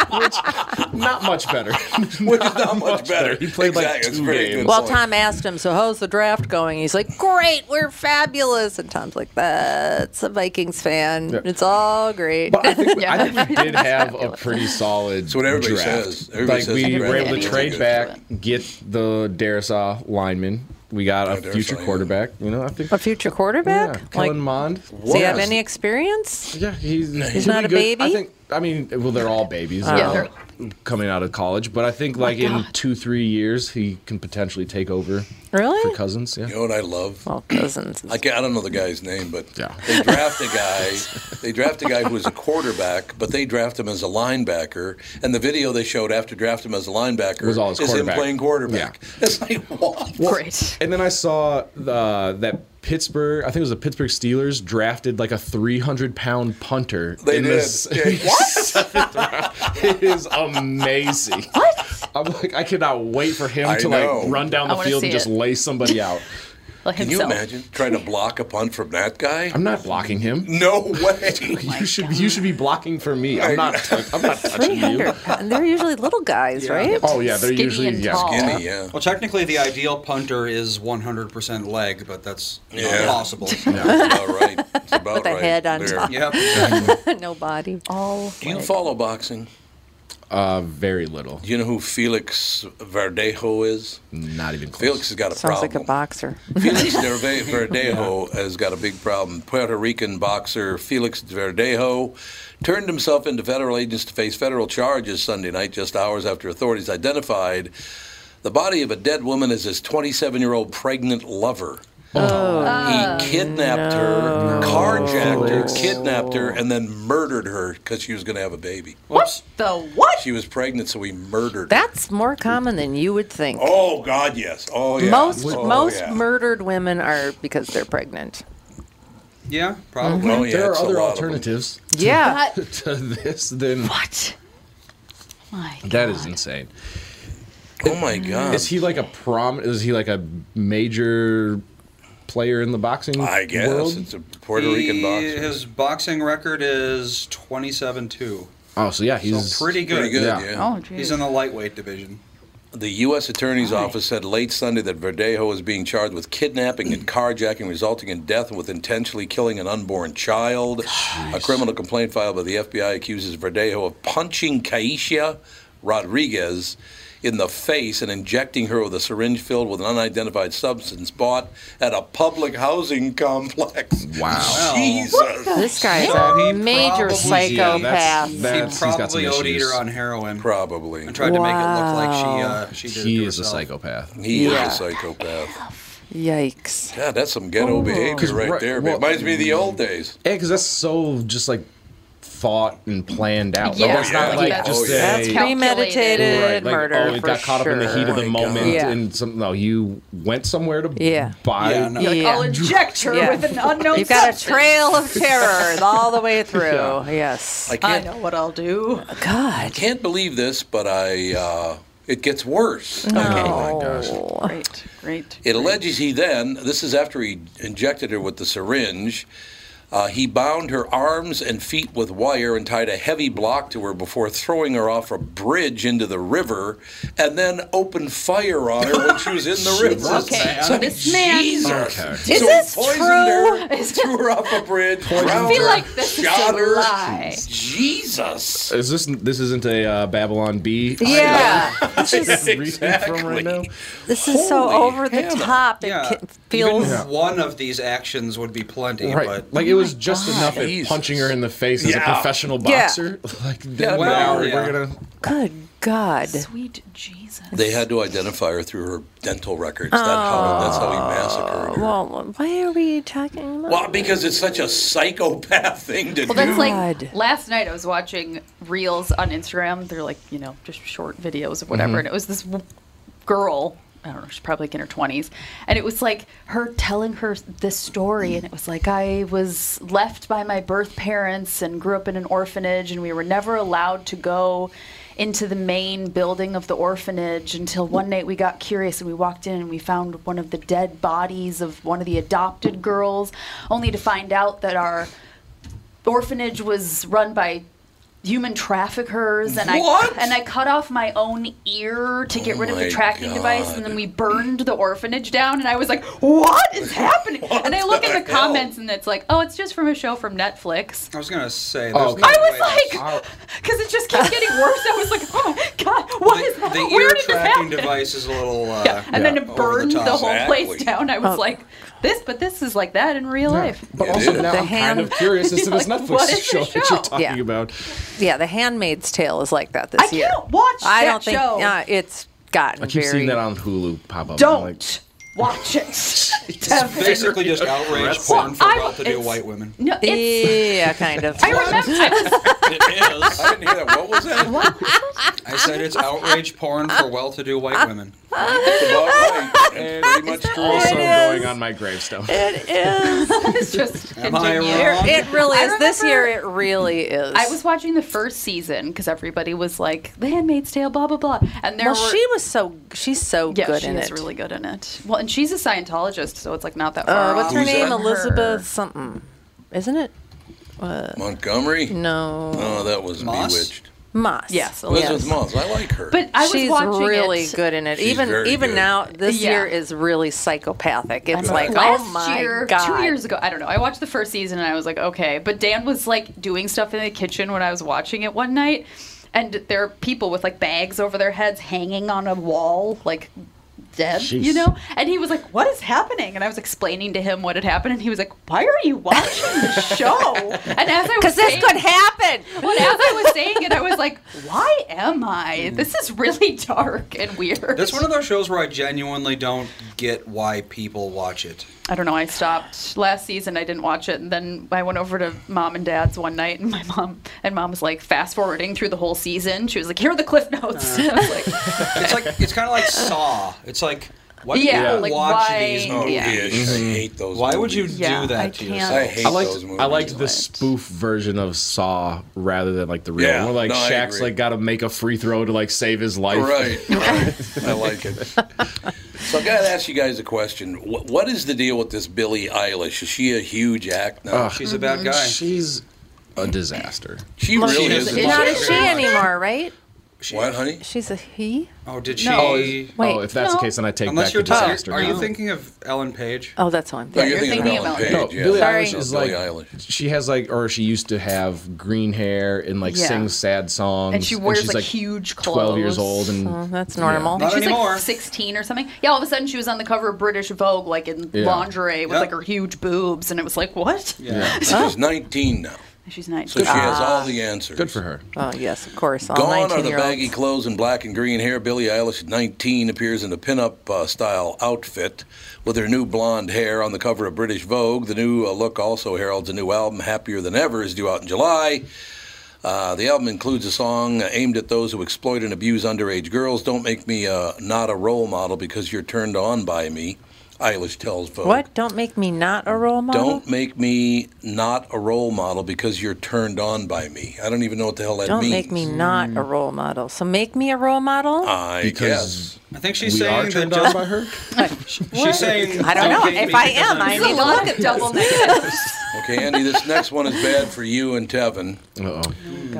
B: Not much better.
A: which is not much better.
B: He played like
A: Exactly, it's
B: two
A: a very
B: games.
A: good
C: Well,
A: point.
C: Tom asked him, so how's the draft going? He's like, great, we're fabulous. And Tom's like, that's a Vikings fan.
B: Yeah.
C: It's all great.
B: But I think,
F: Yeah.
B: I think we did have a pretty solid
A: what everybody
B: draft.
A: says. Everybody
B: like
A: says
B: we
A: the
B: were
A: draft
B: able to
A: is a
B: trade
A: good
B: back, get the Darisaw lineman. We got a
A: Yeah, Darisaw,
B: future
A: yeah.
B: quarterback. You know, I think.
C: a future
B: yeah,
C: quarterback? like,
B: Kellen Mond.
C: does he have any experience?
B: Yeah, he's he's,
C: not a
B: good. I
C: baby?
B: think. I mean, well, they're all babies.
F: Yeah,
B: They're all coming out of college, but I think
C: Oh
B: like in two, three years, he can potentially take over for
C: Really?
B: Cousins. Yeah.
A: You know what I love?
C: Well, Cousins. is-
A: I, can't, I don't know the guy's name, but
B: Yeah.
A: they draft a guy. They draft a guy who was a quarterback, but they draft him as a linebacker. And the video they showed after draft him as a linebacker
B: Was all his
A: is him
B: quarterback.
A: playing quarterback. It's like what?
F: Great.
B: And then I saw uh, that Pittsburgh, I think it was the Pittsburgh Steelers, drafted like a 300 pound punter.
A: They
B: in
A: did.
B: This,
A: Yeah.
B: seventh round. It is amazing. What? I'm like, I cannot wait for him
A: I
B: to
A: know.
B: like run down
F: I
B: the
F: wanna
B: field and
F: see
B: just
F: it.
B: lay somebody out.
A: Can you
F: himself.
A: imagine trying to block a punt from that guy?
B: I'm not blocking him.
A: No way.
B: you should you should be blocking for me. I'm not. I'm not touching you.
C: 300 pounds. They're usually little guys, right?
B: Oh yeah, they're
F: Skinny
B: usually
F: and
B: yeah.
F: tall.
A: Skinny, yeah.
D: Well, technically, the ideal punter is 100% leg, but that's
A: Yeah.
D: not possible.
A: That's about right. That's about
C: With a
A: right
C: head on
A: there.
C: top.
D: yep. exactly.
C: no body.
F: All
A: Do you
F: like-
A: follow boxing?
B: Uh, very little.
A: Do you know who Felix Verdejo is?
B: Not even close.
A: Felix has got a
C: Sounds
A: problem.
C: like a boxer.
A: Felix Derve- Verdejo has got a big problem. Puerto Rican boxer Felix Verdejo turned himself into federal agents to face federal charges Sunday night, just hours after authorities identified the body of a dead woman as his 27 year old pregnant lover.
C: Oh.
A: he kidnapped her, carjacked her, kidnapped her, and then murdered her because she was going to have a baby.
D: Whoops.
F: the what?
A: She was pregnant, so he murdered her.
C: That's more common than you would think.
A: Oh, God, yes. Oh, yeah.
C: Most
A: Oh,
C: most
A: yeah.
C: murdered women are because they're pregnant.
D: Yeah, probably.
A: Oh, yeah,
B: there are
A: it's a
B: other
A: lot of them.
B: alternatives
C: Yeah.
F: That,
B: to this than
F: what? My God.
B: that is insane.
A: Oh, my God.
B: Is he like a prom? Is he like a major player in the boxing?
A: I guess
B: World?
A: it's a Puerto Rican
D: He-
A: boxer.
D: His boxing record is 27-2.
B: oh, so yeah, he's
D: So pretty good.
A: Pretty good, yeah.
B: Yeah.
F: Oh, geez.
D: He's in the lightweight division.
A: The U.S. Attorney's Office said late Sunday that Verdejo is being charged with kidnapping and carjacking, resulting in death with intentionally killing an unborn child. A criminal complaint filed by the FBI accuses Verdejo of punching Kaisha Rodriguez in the face and injecting her with a syringe filled with an unidentified substance bought at a public housing complex.
B: Wow.
A: Jesus.
C: This guy's
D: He
C: a
D: probably-
C: major
B: Yeah,
C: psychopath.
B: that's- that's-
D: he
B: he's got some
D: probably OD'd
B: issues.
D: her on heroin
A: Probably.
D: and tried to make it look like she
C: Wow.
D: uh, she did it
B: He
D: to
B: is a
D: herself.
B: psychopath.
A: He
C: Yeah.
A: is a psychopath.
C: Yikes.
A: God, that's some ghetto behavior
B: 'Cause
A: right,
B: right-
A: there. man.
B: well-
A: Reminds me of the old days.
B: Yeah, because that's so just like thought and planned out.
F: Yeah.
B: like, that's
A: Oh,
B: not
A: yeah.
B: like
A: That's-
B: just a,
C: That's
F: Calculated.
C: premeditated
B: right, like,
C: murder.
B: Oh, it
C: for
B: got caught up in the heat
C: sure.
B: of the
A: Oh my
B: moment
C: God.
B: and some. No, you went somewhere to
C: Yeah.
B: buy.
D: Yeah, no.
F: You're like,
C: Yeah.
F: I'll inject her
C: Yeah.
F: with an unknown
C: You've got a
F: substance.
C: trail of terror all the way through.
B: Yeah.
C: Yes.
A: I
F: I
A: can't
F: know what I'll do.
C: God.
A: can't believe this, but I uh, it gets worse.
C: No.
F: Great, great.
A: It alleges he then, this is after he injected her with the syringe, uh, he bound her arms and feet with wire and tied a heavy block to her before throwing her off a bridge into the river and then opened fire on her when she was in the river.
F: Okay, uh,
A: It's like,
F: this man-
A: Jesus.
B: Okay.
A: So
C: Is
A: he
C: this
A: poisoned
C: true?
A: Her, threw her off a bridge.
F: I
A: drowned
F: feel
A: her,
F: like this is
A: shot
F: a
A: her.
F: lie.
A: Jesus.
B: Is this this isn't a uh, Babylon B?
C: Yeah. This is,
B: Exactly. From right now?
C: this is so
A: Holy
C: over the
A: hell.
C: top. It
D: Yeah.
C: ca- feels.
D: Even one of these actions would be plenty,
B: Right,
D: but
B: like it
C: Oh
B: was just enough
A: Jesus.
B: at punching her in the face as a
A: Yeah.
B: professional
C: Yeah.
B: boxer. Like, then
D: well,
B: now
D: yeah.
B: we're gonna.
C: Good God.
F: Sweet Jesus.
A: They had to identify her through her dental records.
F: Oh.
A: That how, that's how he massacred her. Well,
C: Well, why are we talking about
A: because it's such a psychopath thing to
F: Well,
A: do.
F: that's like
C: God.
F: last night I was watching reels on Instagram. They're like, you know, just short videos of
A: Mm-hmm.
F: whatever. And it was this w- girl, I don't know, she's probably like in her 20s. And it was like her telling her s- this story. And it was like, I was left by my birth parents and grew up in an orphanage. And we were never allowed to go into the main building of the orphanage until one night we got curious and we walked in and we found one of the dead bodies of one of the adopted girls, only to find out that our orphanage was run by human traffickers and
A: What?
F: I and I cut off my own ear to get
A: Oh
F: rid of
A: my
F: the tracking device and
A: God.
F: then we burned the orphanage down and I was like what is happening and I look
A: the
F: at the
A: hell?
F: comments and it's like oh it's just from a show from Netflix
D: I was gonna say.
B: Oh,
D: there's
B: okay.
D: no
F: I
D: way
F: was
D: that's-
F: like because it just kept getting worse I was like oh my god what is
D: the,
F: that
D: the
F: where
D: ear
F: did this
D: tracking
F: happen
D: device is a little. Uh,
F: yeah. and then
B: Yeah.
F: it
D: the
F: burned the,
D: top.
F: whole
A: Exactly.
F: place down I was like this but this is like that in real life
B: But
A: It
B: also
A: is.
B: now
C: The
B: I'm kind
C: hand-
B: of curious as to this
F: Like,
B: Netflix
F: what is
B: show
F: this
B: that
F: show?
B: you're talking
C: Yeah.
B: about.
C: Yeah, The Handmaid's Tale is like that this
F: I
C: year.
F: can't watch
C: I
F: that
C: don't think
F: show
C: uh, it's gotten
B: I keep
C: very.
B: seeing that on Hulu pop up. I'm like,
F: don't watch it ever.
D: Basically, just outrage porn for
F: I-
D: well-to-do
F: it's-
D: white women.
F: No, it's.
C: yeah, kind of.
F: I remember. I was,
A: I didn't hear that. What was that?
D: I said it's outrage porn for well-to-do white women.
B: Pretty much also going on my gravestone.
C: It is.
F: it's just
D: Am I
F: continue.
D: wrong?
C: It really
F: I
C: is. This
F: remember-
C: year, it really is.
F: I was watching the first season because everybody was like, "The Handmaid's Tale," blah blah blah, and there
C: Well,
F: were
C: she was so she's so
F: yeah,
C: good
F: she
C: in
F: is
C: it.
F: really good in it. Well, and she's a Scientologist, so it's like not that far.
C: uh, what's her
F: off
C: name?
F: from
C: Elizabeth
F: her.
C: something, isn't it?
A: Montgomery?
C: No,
A: Oh, that was
D: Moss?
A: Bewitched.
C: Moss.
F: Oh, Yes,
A: Elizabeth
F: Elizabeth.
A: Moss. I like her.
F: But I was
C: she's
F: watching
C: really
F: it.
C: good in it.
A: She's
C: even
A: very
C: even
A: good.
C: now, this
F: Yeah.
C: year is really psychopathic. It's
F: And
C: like,
F: last
C: oh my
F: year,
C: god,
F: two years ago, I don't know. I watched the first season and I was like, okay. But Dan was like doing stuff in the kitchen when I was watching it one night, and there are people with like bags over their heads hanging on a wall, like dead, you
G: Jeez.
F: know. And he was like, "What is happening?" And I was explaining to him what had happened, and he was like, "Why are you watching the show?" And as I was
C: because this
F: saying-
C: could happen.
F: Well, as I was saying it, I was like, "Why am I? This is really dark and weird."
D: That's one of those shows where I genuinely don't get why people watch it.
F: I don't know. I stopped last season. I didn't watch it, and then I went over to mom and dad's one night, and my mom and mom was like fast forwarding through the whole season. She was like, "Here are the cliff notes."
B: Uh-huh.
F: I was
D: It's
F: like,
D: like it's kind of like Saw. It's like why do
F: Yeah,
D: people
F: like,
D: watch
F: why-
D: these
A: oh,
D: movies?
F: yeah.
A: ish. I hate those
D: Why would you
A: movies.
F: Yeah,
D: do that
F: I
D: to
F: can't.
D: yourself?
A: I hate
B: Mm-hmm. I liked,
A: those movies.
B: I liked
F: Do
B: the
F: it.
B: spoof version of Saw rather than like the real
A: Yeah,
B: one. Where, like
A: no, I
B: Shaq's
A: agree.
B: like got to make a free throw to like save his life.
A: Right, right. I like it. So I got to ask you guys a question. What, what is the deal with this Billie Eilish? Is she a huge act now?
D: She's a
F: Mm-hmm.
D: bad guy.
B: She's a disaster.
A: she really
C: Well,
A: is.
C: she's
A: a
C: not a
A: disaster.
C: she anymore, right?
A: What, honey?
C: She's a he.
D: Oh, did she?
F: No.
C: Wait,
B: oh, if that's
F: no.
B: the case, then I take
D: Unless
B: back
D: you're
B: the disaster.
D: talking, are you
B: comment.
D: thinking of Ellen Page?
F: Uh,
C: Oh, that's who I'm
A: No,
C: thinking.
A: you're, thinking,
F: thinking
A: of
F: about-
A: Ellen Page.
B: No,
A: yeah.
B: Billie
C: Sorry.
B: Eilish is
A: No,
B: like
A: Billie Eilish.
B: she has like, or she used to have green hair and like
F: Yeah.
B: sings sad songs.
F: and she wears
B: she's,
F: like, huge clothes.
B: twelve years old, and
C: Oh, that's normal.
D: Not
F: She's
D: anymore.
F: like 16 or something. Yeah, all of a sudden she was on the cover of British Vogue, like in
B: Yeah.
F: lingerie with
D: Yep.
F: like her huge boobs, and it was like, what?
D: Yeah.
A: She's 19 now,
F: She's 19.
A: so she has all the answers.
B: good for her.
C: Oh yes, of course. All
A: Gone are the baggy
C: nineteen-year-olds.
A: clothes and black and green hair. Billie Eilish, at 19, appears in a pinup uh, style outfit with her new blonde hair on the cover of British Vogue. The new uh, look also heralds a new album, Happier Than Ever, is due out in July. Uh, the album includes a song aimed at those who exploit and abuse underage girls. Don't make me uh, not a role model because you're turned on by me. Eilish tells Vogue.
C: What? Don't make me not a role model.
A: Don't make me not a role model because you're turned on by me. I don't even know what the hell that
C: Don't
A: means.
C: make me not a role model. So make me a role model.
A: I guess.
B: Because
D: I think she's
B: we
D: saying
B: are
D: that
B: turned
D: don't-
B: on by her.
D: She's saying
C: I don't know. If
D: hate me
C: I
D: because
C: am,
D: I'm
C: I
F: There's
C: need
F: a
D: evil."
C: to
F: lot of double negatives.
A: Okay, Andy, this next one is bad for you and Tevin.
B: Uh-oh.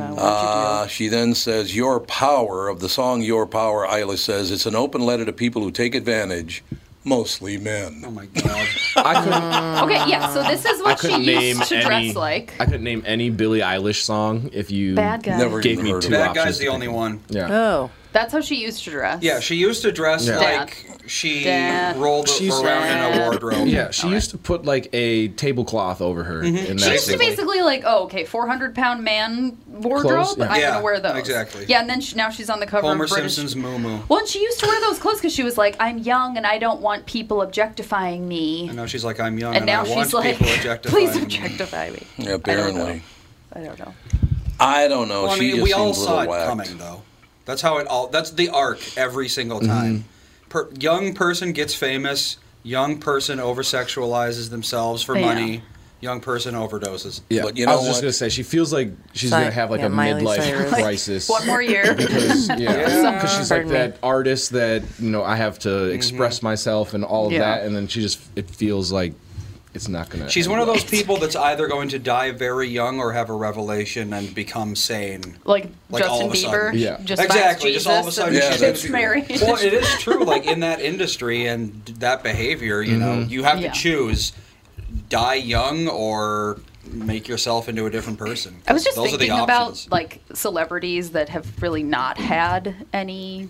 A: Uh, she then says, Your power, of the song Your Power, Isla says, it's an open letter to people who take advantage, mostly
D: Oh
A: men.
D: my god.
B: I couldn't.
F: okay, yeah, so this is
B: I
F: what she
B: couldn't name
F: used to
B: any.
F: dress like.
B: I couldn't name any Billie Eilish song if you
F: Bad guy.
A: Never
B: gave
A: even
B: me
A: heard
B: two
A: of it.
D: That
B: options.
D: guy's the
B: to
D: only
B: pick.
D: one.
B: Yeah.
C: Oh,
F: That's how she used to dress.
D: Yeah, she used to dress
B: Yeah.
D: like she
F: Dad.
D: rolled
B: She's-
D: around in a
F: Dad.
D: wardrobe.
B: Yeah, she used to put like a tablecloth over her. And
F: She
B: that's
F: used to
B: it.
F: basically like, oh, okay, 400 pound man wardrobe.
B: Clothes, yeah.
F: I'm
D: Yeah,
F: gonna wear those.
D: exactly.
F: Yeah, and then she, now she's on the cover
D: Homer
F: of British.
D: Simpson's Moo Moo.
F: Well, and she used to wear those clothes because she was like, I'm young and I don't want people objectifying me.
D: And now she's like, I'm young
F: and
D: and,
F: now
D: I want
F: she's like,
D: people objectifying
F: please
D: me."
F: objectify me.
A: Apparently.
F: I don't know.
A: I don't know.
D: Well, I
A: she
D: mean,
A: just
D: we all
A: seems a
D: saw
A: little
D: it
A: whacked.
D: coming, though. That's how it all. That's the arc every single
A: Mm-hmm.
D: time. Per, young person gets famous. Young person over sexualizes themselves for
F: Yeah.
D: money. Young person overdoses.
B: Yeah,
A: But you
B: I
A: know
B: was just
A: what?
B: gonna say she feels like she's
C: Si-
B: gonna have like
C: yeah,
B: a
C: Miley
B: midlife
C: Cyrus.
B: crisis.
F: One more year.
B: Because, yeah, because she's like
C: Pardon me.
B: that artist that you know I have to express myself and all of
F: Yeah.
B: that, and then she just it feels like it's not gonna.
D: She's
B: end
D: one of
B: well.
D: those people that's either going to die very young or have a revelation and become sane.
F: like,
D: Like, all
F: Justin
D: of a sudden.
F: Bieber.
B: Yeah.
F: Just
D: exactly.
F: finds Jesus
D: Just all of a sudden,
A: Yeah,
F: and
D: she's
A: that's
F: gets
A: true.
F: married.
D: Well, it is true. Like in that industry and that behavior, you know, you have
F: Yeah.
D: to choose die young or make yourself into a different person.
F: I was just
D: Those
F: thinking
D: are the
F: about
D: options.
F: like celebrities that have really not had any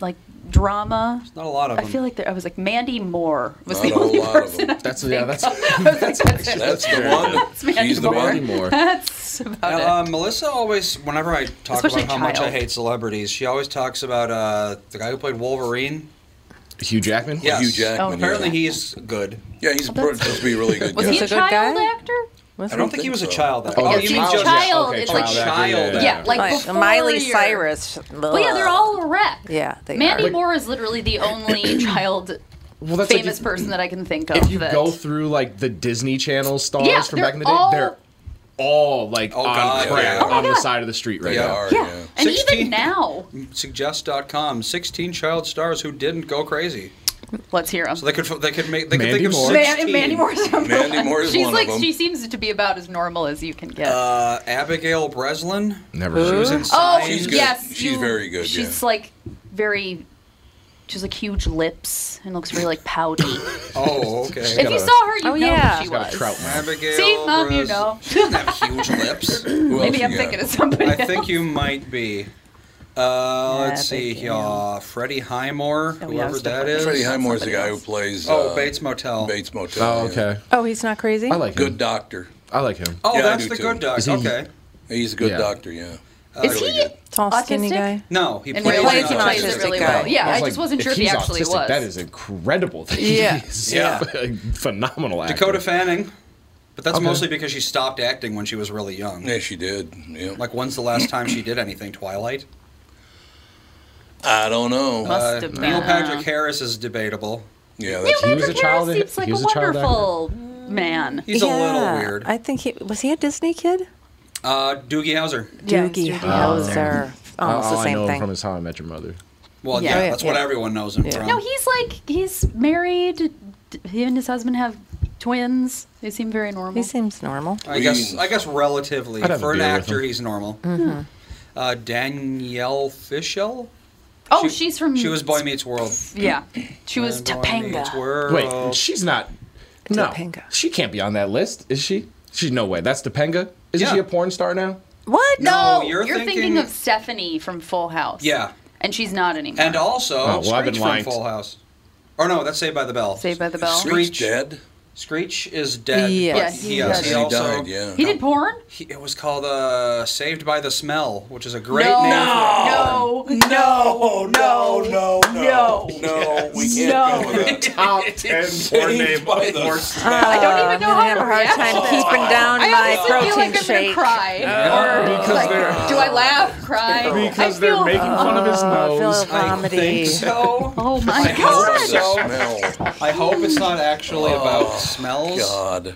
F: like drama.
D: not a lot of
F: I
D: them.
F: feel like there, I was like Mandy Moore was
A: Not
F: the
A: a whole
F: only
A: lot of
F: person.
A: them.
F: I
B: That's
F: could
B: yeah.
F: think
B: That's
F: of. I was like, that's, it.
A: That's the one.
F: That's Mandy
A: She's the
F: Moore.
A: one.
B: anymore.
F: That's about
D: Uh,
F: it.
D: Melissa always, whenever I talk
F: Especially
D: about how much I
F: child.
D: hate celebrities, she always talks about uh, the guy who played Wolverine.
B: Hugh Jackman.
D: Yes.
A: Hugh Jackman.
F: Oh,
A: yeah.
D: Apparently, he's good.
A: yeah, he's supposed to be a really good.
F: Was
A: guy.
F: he a
C: He's a good
F: child
C: guy?
F: actor?
D: I don't think he was a child then.
C: Oh,
D: Oh,
C: that's
D: you mean
C: child.
D: just
F: Child
D: okay,
F: is
D: child,
F: like-
D: yeah, yeah, yeah.
F: Yeah, like before
C: Miley
F: your-
C: Cyrus.
F: Well, yeah, they're all a wreck.
C: Yeah, they
F: Mandy
C: are.
F: Moore is literally the only child,
B: that's like
F: famous
B: if-
F: person that I can think of.
B: If you
F: that,
B: go through like the Disney Channel stars
F: Yeah,
B: from
F: they're
B: back in the day,
F: all-
B: they're all like on
D: God,
B: crack
D: yeah. Oh my
B: on the
F: God.
B: side of the street right
D: Yeah.
B: now.
F: yeah, and
D: 16
F: even now,
D: Suggest.com, 16 child stars who didn't go crazy.
F: let's hear them.
D: So they could they could make they could
B: Mandy
D: think of
B: Moore.
F: Man-
D: 16.
F: Mandy Moore's number
A: Mandy
F: one.
A: Moore is
F: She's
A: one of
F: like
A: them.
F: she seems to be about as normal as you can get.
D: Uh, Abigail Breslin.
B: Never
D: She was
B: heard
D: in
B: of
F: oh,
D: Signs.
A: she's good.
F: yes,
A: She's
F: you-
A: very good,
F: She's like very, she's like huge lips and looks very like pouty. if
D: Oh, okay.
B: got
F: you
B: a-
F: saw her, you
C: Oh,
F: know
C: yeah.
F: who she
C: She's
B: got
F: was.
B: a trout mouth.
D: Abigail
F: See, mom, you
D: Breslin.
F: know.
D: She doesn't have huge lips.
A: Who else
F: Maybe
A: you
F: I'm
A: got?
F: thinking of somebody.
D: I
F: else.
D: think you might be. Uh, let's see
F: Abigail.
D: here. Freddie Highmore,
F: Oh, yeah, I
D: whoever
F: was
D: that
F: definitely
D: is.
A: Freddie Highmore's the
F: Somebody
A: guy
F: else.
A: who plays
D: Oh,
A: uh,
D: Bates Motel.
A: Bates Motel.
B: Oh,
A: yeah.
B: okay.
C: Oh, he's not crazy.
B: I like him.
A: Good doctor.
B: I like him.
D: Oh,
A: Yeah, I
D: that's
A: do
D: the
A: too.
D: good doc.
B: Is he-
D: Okay.
A: He's a good
B: Yeah.
A: doctor. Yeah.
F: Is
A: Really
F: he?
A: good.
C: Tall, skinny
F: Autistic?
C: guy.
D: No, he
F: And
D: plays,
F: he plays,
D: an
C: an
D: autistic
F: it really
C: guy.
F: well. Yeah, I,
B: was
F: just
B: like,
F: wasn't
B: if
F: sure if he
B: he's
F: actually
B: autistic,
F: was.
B: That is incredible. That
C: Yeah.
B: He is
D: Yeah.
B: phenomenal actor.
D: Dakota Fanning, but that's
B: Okay.
D: mostly because she stopped acting when she was really young.
A: Yeah, she did. Yeah.
D: Like, when's the last time she did anything? Twilight. Uh,
A: I don't know.
B: uh,
F: Must have been.
D: Neil Patrick Harris is debatable.
A: yeah,
F: Neil
A: that's
B: He was a
F: Patrick
B: child
F: Harris
B: in-
F: seems like
B: he
F: a
B: was a child actor.
F: wonderful man.
D: He's a little weird.
C: I think he was he a Disney kid.
D: Uh, Doogie Howser.
F: Yeah,
C: Doogie
F: Doogie
C: Howser. Almost
B: All
C: the
B: Oh, I
C: same
B: know him
C: thing.
B: from is How I Met Your Mother.
D: Well,
F: Yeah.
D: yeah,
F: Oh, yeah,
D: that's what
C: yeah.
D: everyone knows him from.
F: No, he's like he's married. D- He and his husband have twins. They seem very normal.
C: he seems normal.
D: I guess I guess relatively
B: I'd have a
D: for an
B: beer with
D: actor,
B: him.
D: he's normal.
F: Hmm.
D: Uh, Danielle Fishel.
F: oh,
D: She-
F: she's from.
D: She was Boy Meets World.
F: Yeah, she was Topanga.
B: Wait, she's not. No,
C: Topanga.
B: she can't be on that list, is she? She's no way. That's Topanga. Isn't
D: Yeah.
B: she a porn star now?
C: What?
F: No,
D: No,
F: you're,
D: you're
F: thinking,
D: thinking-
F: of Stephanie from Full House.
D: Yeah.
F: and she's not anymore.
D: And also
B: Oh, well, I've been
D: Screech from
B: lying.
D: Full House. Or no, that's Saved by the Bell.
F: Saved by the Bell.
D: Screech.
A: Screech dead.
D: Screech is dead.
C: Yes.
D: but
F: Yes,
D: he,
F: he
D: uh,
F: Yes,
D: he
A: he
D: also
A: died. Yeah.
F: he did porn.
D: he- it was called uh, Saved by the Smell, which is a great
F: no,
D: name.
F: no, no, no,
A: Oh, no,
F: no.
A: No, we can't go with that.
B: Top ten porn name.
A: By the-
F: I don't
C: Um,
F: even know
C: I'm
F: how
C: gonna have a hard
F: react.
C: time keeping down
F: I
C: my
F: honestly
C: protein
F: feel like I'm
C: shake.
F: gonna cry. or
B: because
F: like,
B: they're-
F: do I laugh? Cry?
B: Because
F: I
B: they're
F: feel-
B: making fun of his
C: I feel
B: nose.
C: a comedy.
D: Think so.
F: Oh my
D: I
F: god!
D: hope
A: By
D: so.
A: the smell.
D: I hope it's not actually about smells.
A: Oh, God.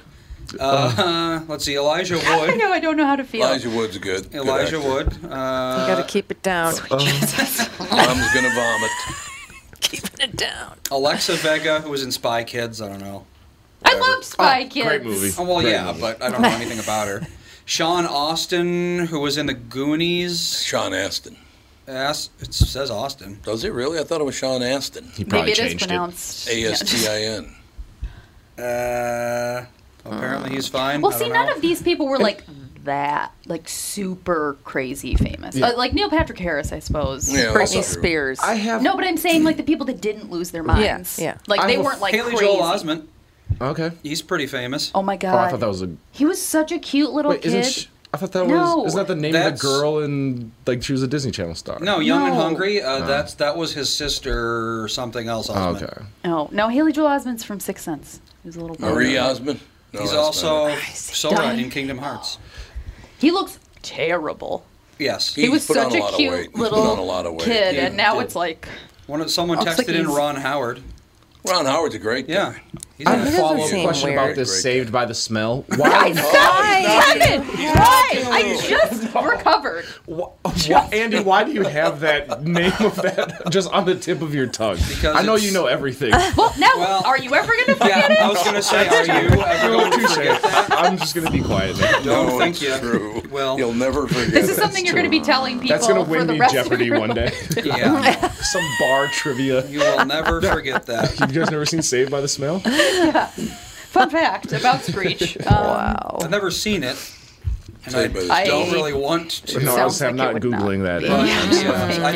D: Uh, let's see, Elijah
F: I
D: Wood.
F: know I don't know how to feel.
A: Elijah Wood's good. good
D: Elijah
A: actor.
D: Wood. Uh,
C: You gotta keep it down.
A: Mom's gonna vomit.
C: Keeping it down.
D: Alexa Vega, who was in Spy Kids. I don't know.
F: I loved Spy Kids.
B: Great movie.
D: Oh, well,
B: Great
D: yeah,
B: movie.
D: but I don't know anything about her. Sean Austin, who was in The Goonies.
A: Sean Astin.
D: Ass, it says Austin.
A: Does it really? I thought it was Sean Astin.
B: he probably
F: Maybe it is
B: changed it.
F: pronounced.
A: A
F: yeah.
A: S T I N.
D: Uh, apparently he's fine.
F: Well,
D: I
F: see,
D: don't
F: none
D: know.
F: of these people were like that, like super crazy famous. Uh, like Neil Patrick Harris, I suppose.
A: Yeah,
C: Britney
A: also-
C: Spears.
B: I have
F: No, but I'm saying like the people that didn't lose their minds.
C: yeah.
F: Like
B: I
F: they
B: have a
F: weren't like
D: Haley
F: crazy.
D: Joel Osment.
B: okay.
D: He's pretty famous.
F: Oh my god.
B: Oh, I thought that was a.
F: He was such a cute little
B: Wait,
F: kid.
B: isn't she, I thought that
F: No.
B: was. Isn't that the name of
D: That's-
B: the girl in like she was a Disney Channel star?
D: No, Young and
F: No.
D: Hungry. Uh, That's that was his sister or something else.
B: Oh,
D: Osment.
B: okay.
F: No, no, Haley Joel Osment's from Sixth Sense. He was a little. boy.
A: Marie Osmond. No,
D: He's
B: Oh,
A: that's not it.
D: also Sora
F: Done.
D: in Kingdom Hearts.
F: He looks terrible.
D: Yes.
F: He
A: He's
F: was
A: put on
F: such
A: a
F: a
A: lot of
F: cute
A: weight. He's put on a lot of
F: little
A: weight.
F: kid,
D: He
F: and now
D: did.
F: it's like
D: One of, someone
F: Looks like
D: texted in
F: he's-
D: Ron Howard.
A: Ron Howard's a great guy.
D: Yeah. He's
B: I
D: in
B: have
D: it.
B: a follow up
C: seem
B: question
C: weird.
B: about this
A: Great
B: Saved by the Smell. Why?
C: Why?
F: Kevin, why? I just recovered.
B: why Andy, why do you have that name of that just on the tip of your tongue?
D: Because
B: I know
D: it's-
B: you know everything.
F: Well, now
D: Well-
F: are you ever gonna forget
D: Yeah, I
F: it?
D: was gonna say, are you ever going to forget that?
B: I'm just gonna be quiet. Now.
D: Don't
A: No,
D: think
A: it's
D: you.
A: true.
D: Well-
A: you'll never forget.
F: This is
A: it.
F: something you're going to be telling people.
B: That's gonna
F: for
B: win
F: the
B: me
F: rest of
B: Jeopardy
F: your
B: one
F: life.
B: day.
D: Yeah.
B: Some bar trivia.
D: You will never forget that.
B: You guys never seen Saved by the Smell?
F: Fun fact about Screech. Um,
D: I've never seen it. And I
A: Saved by the I-
D: don't really want to.
B: No, I
F: Sounds
B: was, I'm
F: like
B: not
F: it would not
B: googling that.
D: But,
B: Uh,
D: yeah, I, I
C: No,
D: don't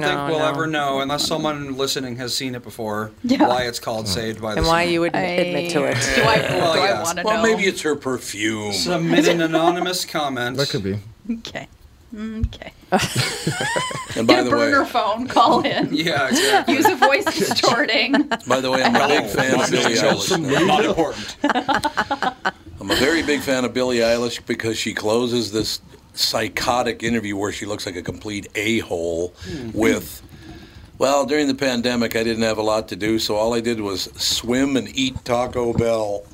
D: think
C: no,
D: we'll
C: no.
D: ever know unless someone listening has seen it before
F: Yeah.
D: why it's called Saved by the
C: And why you would
F: I-
C: not admit to it?
F: Do I,
D: Well,
F: do I
D: yeah.
F: want to know?
A: Well, maybe it's her perfume.
D: Submit an anonymous comment.
B: that could be.
F: Okay. Okay.
A: and by
F: Get a
A: the way,
F: burner phone. Call in.
D: Yeah, exactly.
F: Use a voice distorting.
D: Oh,
A: by the way, I'm a big fan of Billy Eilish.
D: Not important.
A: I'm a very big fan of Billie Eilish because she closes this psychotic interview where she looks like a complete a hole
B: Hmm.
H: Mm.
A: with. Well, during the pandemic, I didn't have a lot to do, so all I did was swim and eat Taco Bell.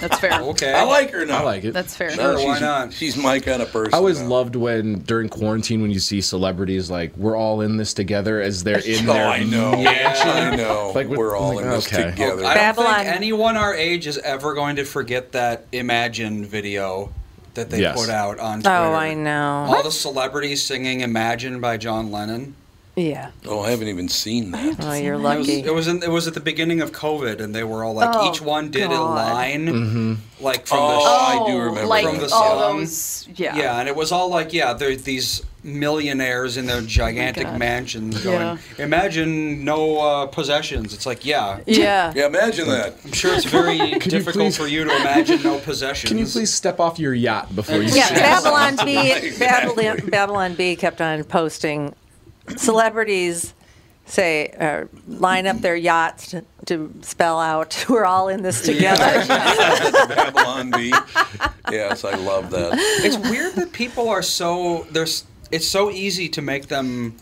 F: That's fair.
D: okay.
A: I like her now.
B: I like it.
F: That's fair.
A: No, she's- She's my kind of person.
B: I always loved when during quarantine when you see celebrities like we're all in this together as they're in
A: Oh,
B: their
A: I know.
B: mansion.
A: I know.
B: Like with-
A: We're all
B: like,
A: in this
B: okay.
A: together.
D: I don't
C: Babylon.
D: think anyone our age is ever going to forget that Imagine video that they
B: Yes.
D: put out on
C: Oh,
D: Twitter.
C: I know.
D: All the celebrities singing Imagine by John Lennon.
C: Yeah.
A: Oh, I haven't even seen that.
C: Oh, you're
D: It was,
C: lucky.
D: it was in, it was at the beginning of COVID, and they were all like,
F: Oh,
D: each one did a
F: God.
D: line, like from the
A: Oh, I do remember
F: like
A: that.
F: all
D: song.
F: those. Yeah.
D: Yeah, and it was all like, yeah, they're these millionaires in their gigantic
F: Oh God.
D: mansions
F: Yeah.
D: going, imagine no uh, possessions. It's like, yeah,
C: Yeah.
A: Yeah, imagine that.
D: I'm sure it's very difficult
B: please-
D: for you to imagine no possessions.
B: Can you please step off your yacht before you?
C: Yeah,
B: see
C: Babylon B. Babylon, Babylon B. kept on posting celebrities say uh, line up their yachts to, to spell out we're all in this together.
A: Babylon B. Yes, I love that.
D: It's weird that people are so there's. It's so easy to make them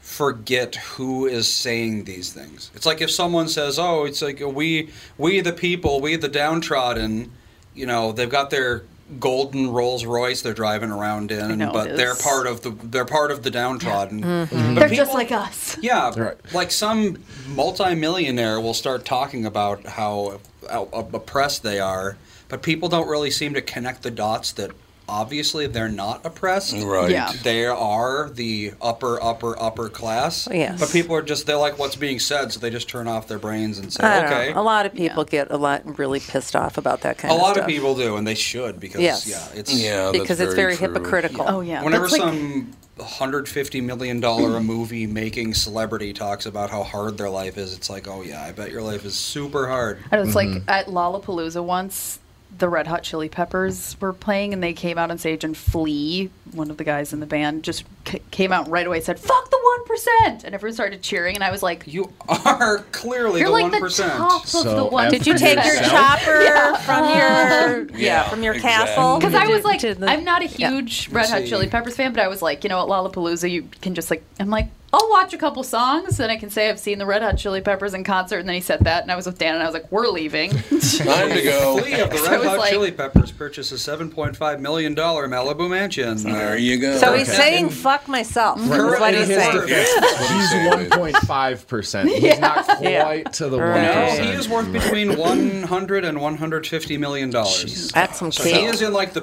D: forget who is saying these things. It's like if someone says, "Oh, it's like we we the people, we the downtrodden," you know, they've got their golden Rolls Royce they're driving around in,
F: know, it
D: but they're
F: is. Mm-hmm.
D: part of the they're part of the downtrodden. But
F: They're
D: people-
F: just like us.
D: yeah,
B: Right.
D: like some multimillionaire will start talking about how, how oppressed they are, but people don't really seem to connect the dots that obviously they're not oppressed.
A: Right.
F: Yeah.
D: They are the upper, upper, upper class.
C: Yes.
D: But people are just, they're like, what's being said? So they just turn off their brains and say,
C: I don't
D: okay.
C: know. A lot of people get a lot really pissed off about that kind
D: A
C: of
D: lot
C: stuff.
D: of people do, and they should because,
C: Yes.
D: yeah, it's.
A: Yeah, that's
C: because it's very
A: true.
C: hypocritical.
F: Oh yeah.
D: Whenever
F: That's like-
D: some hundred fifty million dollar a movie making celebrity talks about how hard their life is, it's like, oh yeah, I bet your life is super hard.
F: I was like at Lollapalooza once. The Red Hot Chili Peppers were playing, and they came out on stage and Flea, one of the guys in the band, just c- came out right away and said "fuck the one percent," and everyone started cheering. And I was like,
D: You are clearly
F: "You're
D: the
F: like
D: one
F: the top of
B: So,
F: the one."
C: Did you take your
B: Yourself?
C: chopper from your yeah,
A: Yeah,
C: from your
A: exactly.
C: castle?
F: Uh-huh. Because I was like,
C: To the-
F: I'm not a
C: yeah.
F: huge Red Hot
D: see.
F: Chili Peppers fan, but I was like, you know, at Lollapalooza, you can just like, I'm like, I'll watch a couple songs, then I can say I've seen the Red Hot Chili Peppers in concert. And then he said that, and I was with Dan, and I was like, we're leaving.
A: Time to go.
D: Flea of the
F: So
D: Red
F: it's
D: Hot
F: like-
D: Chili Peppers purchases seven point five million dollar Malibu mansion. Uh,
A: There you go.
C: So he's
D: Okay.
C: saying "fuck myself." is
D: Correct.
C: what
D: In
C: he's
D: his
C: saying.
D: defense,
B: He's one point five percent. He's not
C: Yeah.
B: quite to the one
C: Right.
D: No,
B: percent.
D: he is worth between 100 and 150 million dollars.
C: That's some
D: So
C: cake.
D: he is in like the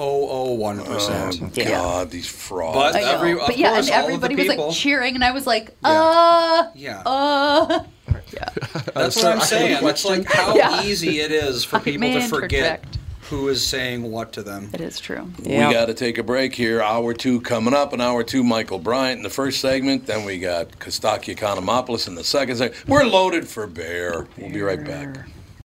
D: 0.001
A: Oh,
D: percent.
C: Yeah.
A: God, these frauds.
D: But
F: I know.
D: every, of
F: but yeah,
D: course,
F: and
D: all of the
F: everybody was
D: people.
F: like cheering, and I was like,
D: Yeah.
F: uh,
D: yeah,
F: uh.
D: that's what I'm
B: sir, I have a
D: saying. That's like how
F: Yeah.
D: easy it is for
F: I
D: people to
F: may
D: forget
F: interject.
D: who is saying what to them.
F: It is true.
A: We
C: Yeah.
A: got to take a break here. Hour two coming up, and hour two, Michael Bryant in the first segment. Then we got Kostaki Economopoulos in the second segment. We're loaded for bear. We'll be right back.